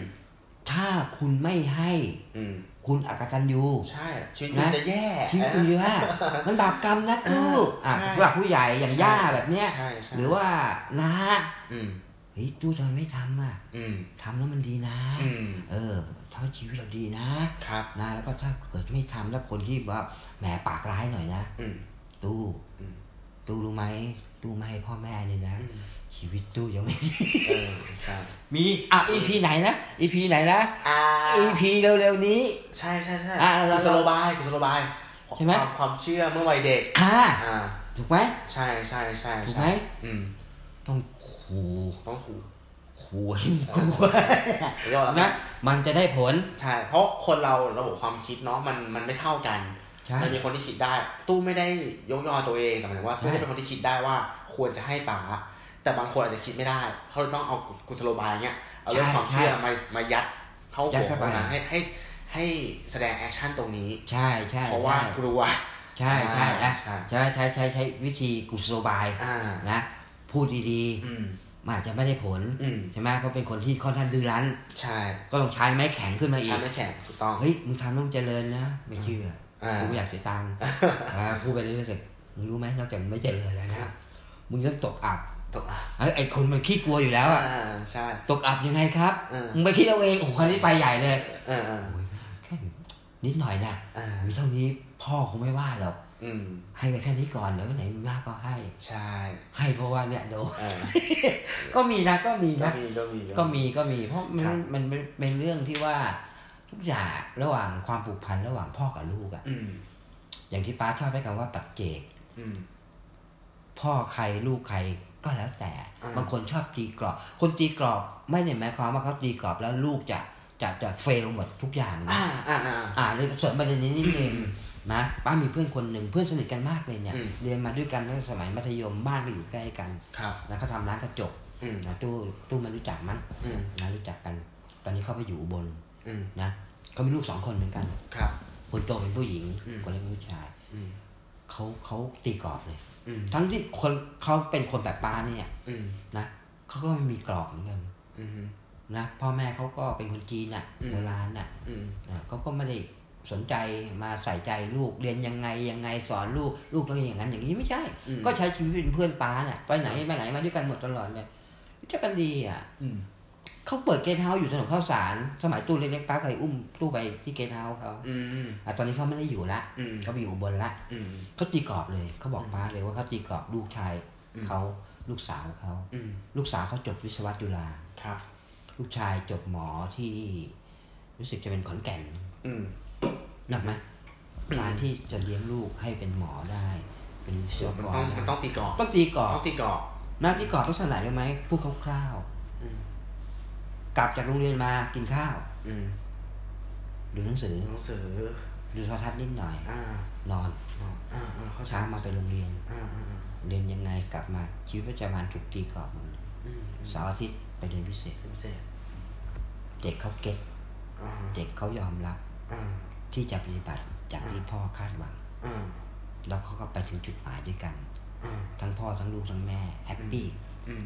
C: ถ้าคุณไม่ให้
B: อืม
C: คุณอกตัญญู
B: ใช่ชีวิตคุณ
C: นะ
B: จะแย่
C: ชีวิตคุณ
B: นะ
C: เย อะมันบาปกรรมนะครู
B: เอออ่
C: อ่ะ
B: ใช่
C: ผู้หลักผู้ใหญ่อย่างย่าแบบเนี้ย
B: ใช่ใช่
C: หรือว่าน้า
B: อืม
C: เฮ้ยตู้ทำไมไม่ทำอ่ะ
B: อืม
C: ทำแล้วมันดีนะ
B: อืม
C: เออทำให้ชีวิตเราดีนะ
B: ครับ
C: นะแล้วก็ถ้าเกิดไม่ทำแล้วคนที่แบบแหมปากร้ายหน่อยนะ
B: อืม
C: ตู้
B: อืม
C: ตู้รู้ไหมตู้ไม่ให้พ่อแม่เนี่ยนะ
B: อืม
C: ชีวิตตู้ยัง ไม่ดี
B: เออใช่
C: มีอ่ะ EP ไหนนะ EP ไหนนะ
B: อ่า
C: EP เร็วๆนี้
B: ใช่ใช่ใช่
C: อ่า
B: กุ
C: เรา
B: ศโลบายกุศโลบาย
C: ใช่ไหม
B: ความความเชื่อเมื่อวัยเด็ก
C: อ่า
B: อ่า
C: ถูกไหม
B: ใช่ใช่ใช่
C: ถูก
B: ใช่
C: ไหม
B: อืม
C: ต้องขู่
B: ต้องขู่
C: ขู่ให้มันกลัว
B: เรียกว่าอะไร
C: นะมันจะได้ผล
B: ใช่ เพราะคนเราระบบความคิดเนาะมันมันไม่เท่ากัน
C: ใช่
B: มันมีคนที่คิดได้ ตู้ไม่ได้ยกยอตัวเองแต่หมายถึงว่าตู้
C: ใช่
B: เป็นคนที่คิดได้ว่าควรจะให้ป๋าแต่บางคนอาจจะคิดไม่ได้ เขาเลยต้องเอากุศโลบายเนี่ยเอาเรื่องความเชื่อมามายัดเข้าหัวคนนั้นให้ให้ให้แสดงแอคชั่นตรงนี้
C: ใช่ใช่
B: เพราะว่ากลัว
C: ใช่ใช่
B: อ่า
C: อ่ะ
B: ใช่
C: ใช่ใช่ใช้ใช้ใช้วิธีกุศโลบาย
B: อ่า
C: นะ พูดดี
B: อืม
C: ๆมันอาจจะไม่ได้ผล
B: อืม
C: ใช่ไหมเพราะเป็นคนที่ค่อนข้างดื้อรั้น
B: ใช่
C: ก็ต้องใช้ไม้แข็งขึ้นมาอี
B: ใช่
C: ก
B: ไม่แข็งถูกต้อง
C: เฮ้ย มึงทำต้องเจริญนะ ไม่เชื่ออา กูไม่อยากเสียตังค์อ่าพูดไปเรื่อยๆเสร็จมึงรู้ไหมนอกจากมึงไม่เจริญแล้วนะมึงต้องตกอับ
B: ตกอ่ะ
C: เอ้ยไอ้คนมันขี้กลัวอยู่แล้ว
B: อ่า
C: อะ
B: ใช่
C: ตกอับยังไงครับ
B: เออ
C: มึงไปคิดเอาเองโอ้โหคราวนี้ไปใหญ่เลย
B: เออเออ
C: โอ้ยแค่นิดหน่อยนะ
B: อ่า
C: มีเท่านี้พ่อคงไม่ว่าหรอก
B: อืม
C: ให้ไปแค่นี้ก่อนแล้ววันไหนมีมากก็ให้
B: ใช่
C: ให้เพราะว่าเนี่ย โดน
B: เออ
C: ก็มีนะก็มี
B: ก็
C: นะ
B: มีก็มี
C: ก็มีก็มีเพราะมั
B: ครั
C: น
B: บ
C: มันเป็นเป็นเรื่องที่ว่าทุกอย่างระหว่างความผูกพันระหว่างพ่อกับลูกอะ
B: อืม
C: อย่างที่ป้าชอบให้คำว่าปัจเจก
B: อืม
C: พ่อใครลูกใครก็แล้วแต่
B: อ่า
C: บางคนชอบตีกรอบ คนตีกรอบไม่ได้หมายความว่าเขาตีกรอบแล้วลูกจะจะจะเฟลหมดทุกอย่างนะ
B: อ่าอ่าอ่า
C: อ่าเลยเสริมประเด็นนี้นิดนึงนะป้ามีเพื่อนคนหนึ่งเพื่อนสนิทกันมากเลยเนี่ย
B: อืม
C: เรียนมาด้วยกันตั้งแต่สมัยมัธยมบ้านก็อยู่ใกล้กัน
B: ครับ
C: แล้วเขาทำร้านกระจก
B: อืม
C: นะตู้ตู้ไม่รู้จักมั้ง
B: อืม
C: นะรู้จักกัน ตอนนี้เขาไปอยู่อุบน
B: อืม
C: นะเขามีลูกสองคนเหมือนกัน
B: ครับ
C: คนโตเป็นผู้หญิง
B: อืม
C: คนเล็กเป็นผู้ชาย
B: อืม
C: เขาเขาตีกรอบเลย
B: อืม
C: ทั้งที่คนเขาเป็นคนแบบป้าเนี่ย
B: อืม
C: นะเขาก็ไม่มีกรอบเหมือนกัน
B: อืม
C: นะพ่อแม่เขาก็เป็นคนจีนอ่ะ
B: อืม
C: โบราณอ่ะ
B: อืม
C: อ่าเขาก็ไม่ได้สนใจมาใส่ใจลูกเรียนยังไงยังไงสอนลูกลูกต้องอย่างนั้นอย่างนี้ไม่ใช่
B: อืม
C: ก็ใช้ชีวิตเป็นเพื่อนป้าน่ะไปไหนมาไหนมาด้วยกันหมดตลอดเลยรู้จักกันดีอ่ะ
B: อืม
C: เขาเปิดเกสต์เฮาส์อยู่ถนนข้าวสาร สมัยตู้เล็กๆป้าเคยอุ้มตู้ไปที่เกสต์เฮาส์เขา
B: อืม
C: อ่ะตอนนี้เขาไม่ได้อยู่ละ
B: อืม
C: เขาไปอยู่อุบลละ
B: อืม
C: เขาตีกรอบเลยเขาบอก
B: อืม
C: ป้าเลยว่าเขาตีกรอบลูกชาย
B: อืม
C: เขาลูกสาวเขา
B: อืม
C: ลูกสาวเขาจบวิศวะจุฬา
B: ครับ
C: ลูกชายจบหมอที่รู้สึกจะเป็นขอนแก่น
B: อืม
C: นักไหม
B: อืม
C: การที่จะเลี้ยงลูกให้เป็นหมอได้ เป็นวิศว
B: มัน
C: ก
B: ต้อ
C: รง
B: มันต้อง
C: ได้
B: ตีกรอบ
C: ต้องตีกรอบ
B: ต้องตีกรอบ
C: หน้าที่กรอบต้องสลายได้ไหมพูดคร่าว
B: อืม
C: ๆกลับจากโรงเรียนมากินข้าว
B: อืม
C: ดูหนังสือ
B: หนังสือ
C: ดูโทรทัศน์นิดหน่อย
B: อ่า
C: นอนนอน
B: อ่าอ่าเข้าใจ
C: เช้ามาไปโรงเรียน
B: อ่าอ่าอ่า
C: เรียนยังไงกลับมาชีวิตประจำวันถูกตีกรอบหมดเลย
B: อืมอืม
C: เสาร์อาทิตย์ไปเรียนพิเศษ
B: เป็นพิเศษ
C: เด็กเขาเก็ต
B: อ่า
C: เด็กเขายอมรับ
B: อ่า
C: ที่จะปฏิบัติอย่างที่พ่อคาดหวัง
B: อ่า
C: แล้วเขาก็ไปถึงจุดหมายด้วยกัน
B: อ่า
C: ทั้งพ่อทั้งลูกทั้งแม่แฮปปี้
B: อืม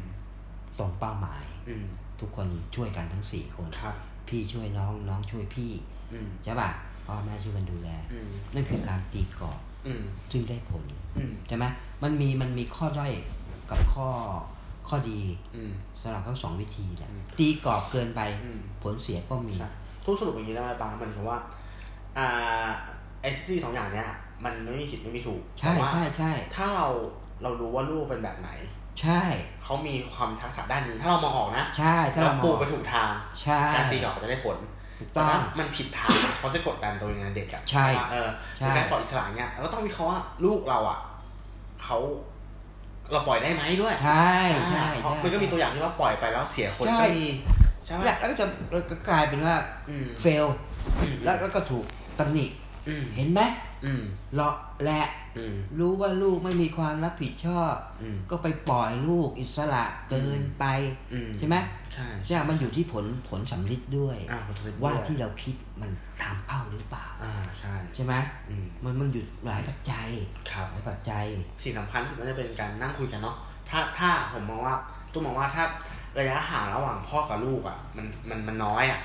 C: ตรงเป้าหมาย
B: อืม
C: ทุกคนช่วยกันทั้งสี่คน
B: ครับ
C: พี่ช่วยน้องน้องช่วยพี่
B: อืม
C: ใช่ป่ะพ่อแม่ช่วยกันดูแล
B: อืม
C: นั่นคือการตีกรอบ
B: อืม
C: ซึ่งได้ผล
B: อืม
C: ใช่ไหมมันมีมันมีข้อด้อยกับข้อข้อดี
B: อืม
C: สำหรับทั้งสองวิธีแหละ
B: อืม
C: ตีกรอบเกินไป
B: อืม
C: ผลเสียก็มี
B: ใช่ทุกสรุปอย่างนี้ได้ไหมปามันคือว่า อ่าไอซีสองอย่างเนี้ย มันไม่มีผิดไม่มีถูก
C: ใช่
B: แต่ว่า
C: ใช่ใช่
B: ถ้าเราเรารู้ว่าลูกเป็นแบบไหน
C: ใช่
B: เขามีความทักษะด้านนี้ ถ้าเรามองออกนะ
C: ใช่ถ้าเรา
B: เรา
C: ม
B: ปลู
C: อก ง
B: ไปถูกทาง
C: ใช่
B: การตีกรอบจะได้ผล
C: ถูก
B: แต่
C: ต้อง
B: ถ้ามันผิดทางเขาจะกดดันตัวเองนะเด็กอะ
C: ใช่
B: ปะเออ
C: ใช่
B: ในการปล่อยอิสระเนี้ยเราก็ต้องวิเคราะห์ว่าลูกเราอะเขาเราปล่อยได้ไหมด้วย
C: ใช่ใช่
B: อ่าเพราะมัน
C: ใช่
B: ก็มีตัวอย่างที่ว่าปล่อยไปแล้วเสียคนก็มีใช่ไหม
C: และแล้วก็จะแล้วก็กลายเป็นว่า
B: อืม
C: เฟลแล้วแล้วก็ถูกตำหนิ
B: อืม
C: เห็นไหม
B: อืม
C: เลาะแหละ
B: อืม
C: รู้ว่าลูกไม่มีความรับผิดชอบ
B: อืม
C: ก็ไปปล่อยลูกอิสระเกินไป
B: อื
C: ใช่ไหม
B: ใช่
C: ใช่ไหมมันอยู่ที่ผลผลสำลิดด้วย
B: อ่าผมจะไป
C: ว่าที่เราคิดมันตามเป้าหรือเปล่า
B: อ่าใช่
C: ใช่ไหม
B: อืม
C: มันมันอยู่หลายปัจจัย
B: ครับ
C: หลายปัจจัย
B: สิ่งสำคัญที่สุดน่าจะเป็นการนั่งคุยกันเนาะถ้าถ้าผมมองว่าตุ้มมองว่าถ้าระยะห่างระหว่างพ่อกับลูกอ่ะมันมันมันน้อยอ่ะ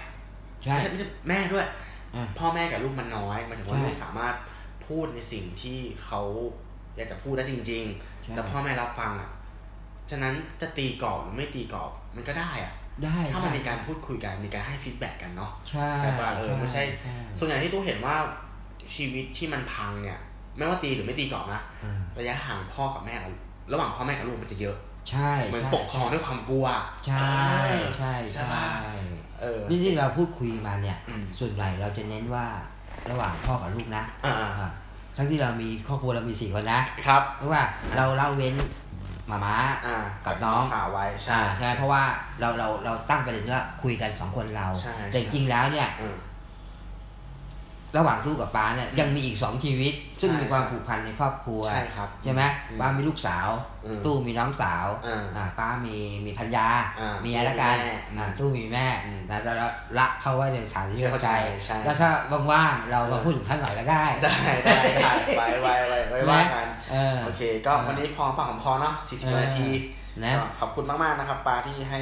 C: ใช่
B: ไม่ใช่ไม่ใช่แม่ด้วย
C: อ่ะ
B: พ่อแม่กับลูกมันน้อยหมันถึงว่า
C: ใช่
B: ลูกสามารถพูดในสิ่งที่เขาอยากจะพูดได้จริง
C: ใช่
B: ๆ แล้วพ่อแม่รับฟังอ่ะฉะนั้นจะตีกรอบหรือไม่ตีกรอบมันก็ได้อ่ะ
C: ได้
B: ถ้ามัน
C: ได้
B: มีการพูดคุยกันมีการให้ฟีดแบ็กกันเนาะ
C: ใช่
B: ใช่ป่ะเออไม่ใช่
C: ใช่
B: ส่วนใหญ่ที่ตู้เห็นว่าชีวิตที่มันพังเนี่ย ไม่ว่าตีหรือไม่ตีกรอบนะ
C: อ่า
B: ระยะห่างพ่อกับแม่กับระหว่างพ่อแม่กับลูกมันจะเยอะ
C: ใช่
B: เหมือน
C: ใช่
B: ปกครองด้วยความกลัว
C: ใช่
B: เออ
C: ใช่ใช่
B: ปะเออ
C: นี่ที่เราพูดคุยมาเนี่ย
B: อืม
C: ส่วนใหญ่เราจะเน้นว่าระหว่างพ่อกับลูกนะ
B: อ่า
C: อ่ะทั้งที่เรามีครอบครัวเรามีสี่คนนะครับ เพราะว่าเราเล่าเว้นหมาม้า
B: อ่า
C: กั
B: กับ
C: น้อง
B: สาวไว้ใช่
C: อ่าใช่เพราะว่าเราเราเราตั้งประเด็นว่าคุยกันสองคนเรา
B: ใช่
C: แต่จ
B: ใช่
C: ริงๆแล้วเนี่ย
B: เออ
C: ระหว่างลูกกับป้าเนี่ยยังมีอีกสองชีวิต ซึ่ง
B: ใช่
C: มีความผูกพันในครอบครัว
B: ใช่ครับ
C: ใช่ไหม
B: อืม
C: ป้ามีลูกสาว
B: อืม
C: ตู้มีน้องสาว
B: อ่า
C: อ่าป้ามีมีพันยา
B: อ่า
C: เมียละกัน
B: มีแม่
C: อ่าตู้มีแม่
B: อืม
C: นะจะละละเข้าไว้ในสถานที่เข้าใจ
B: ใช่
C: แล้วถ้าว่างๆเรามา
B: เออ
C: พูดถึงท่านหน่อยก็ได้
B: ได้ได้ได้ไว้ไว้ไว้ไว้ว่ากัน
C: เออ
B: โอเค ก็วันนี้พอปากของพอเนาะ
C: เอ
B: 40
C: อ
B: นาที
C: นะ
B: ก็ขอบคุณมาก ๆ นะครับปาที่ให้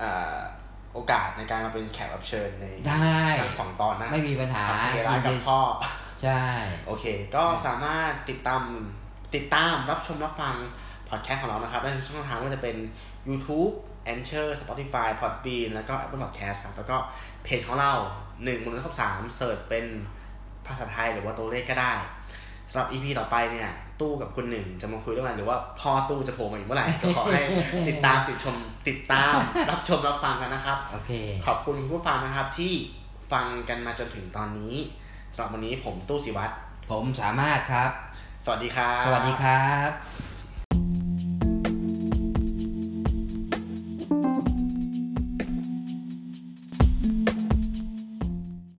B: เอ่อโอกาสในการมาเป็นแขกรับเชิญใน
C: ได้
B: ทั้งสองตอนนะ
C: ไม่มีปัญหา
B: ครับเวลา
C: ยิน
B: กั
C: ดี
B: บพ่อ
C: ใช่
B: โอเค ก็สามารถติดตามติดตามรับชมรับฟังพอดแคสต์ของเรานะครับได้ทุกช่องทางไม่ว่าจะเป็น YouTube a n c h o r Spotify Podbean แล้วก็ Apple Podcast ครับ แล้วก็เพจของเรา1นึ่งบนสามเสิร์ชเป็นภาษาไทยหรือว่าตัวเลขก็ได้สำหรับ EP ต่อไปเนี่ย ตู้กับคุณหนึ่งจะมาคุยด้วยกันหรือว่าพ่อตู้จะโผล่มาอีกเมื่อไหร่ ก็ขอให้ติดตามติดชมติดตาม รับชมรับฟังกันนะครับ
C: โอเค
B: ขอบคุณคุณผู้ฟังนะครับที่ฟังกันมาจนถึงตอนนี้สำหรับวันนี้ผมตู้สิวัตร
C: ผมสามารถครับ
B: สวัสดีครับ
C: สวัสดีครับ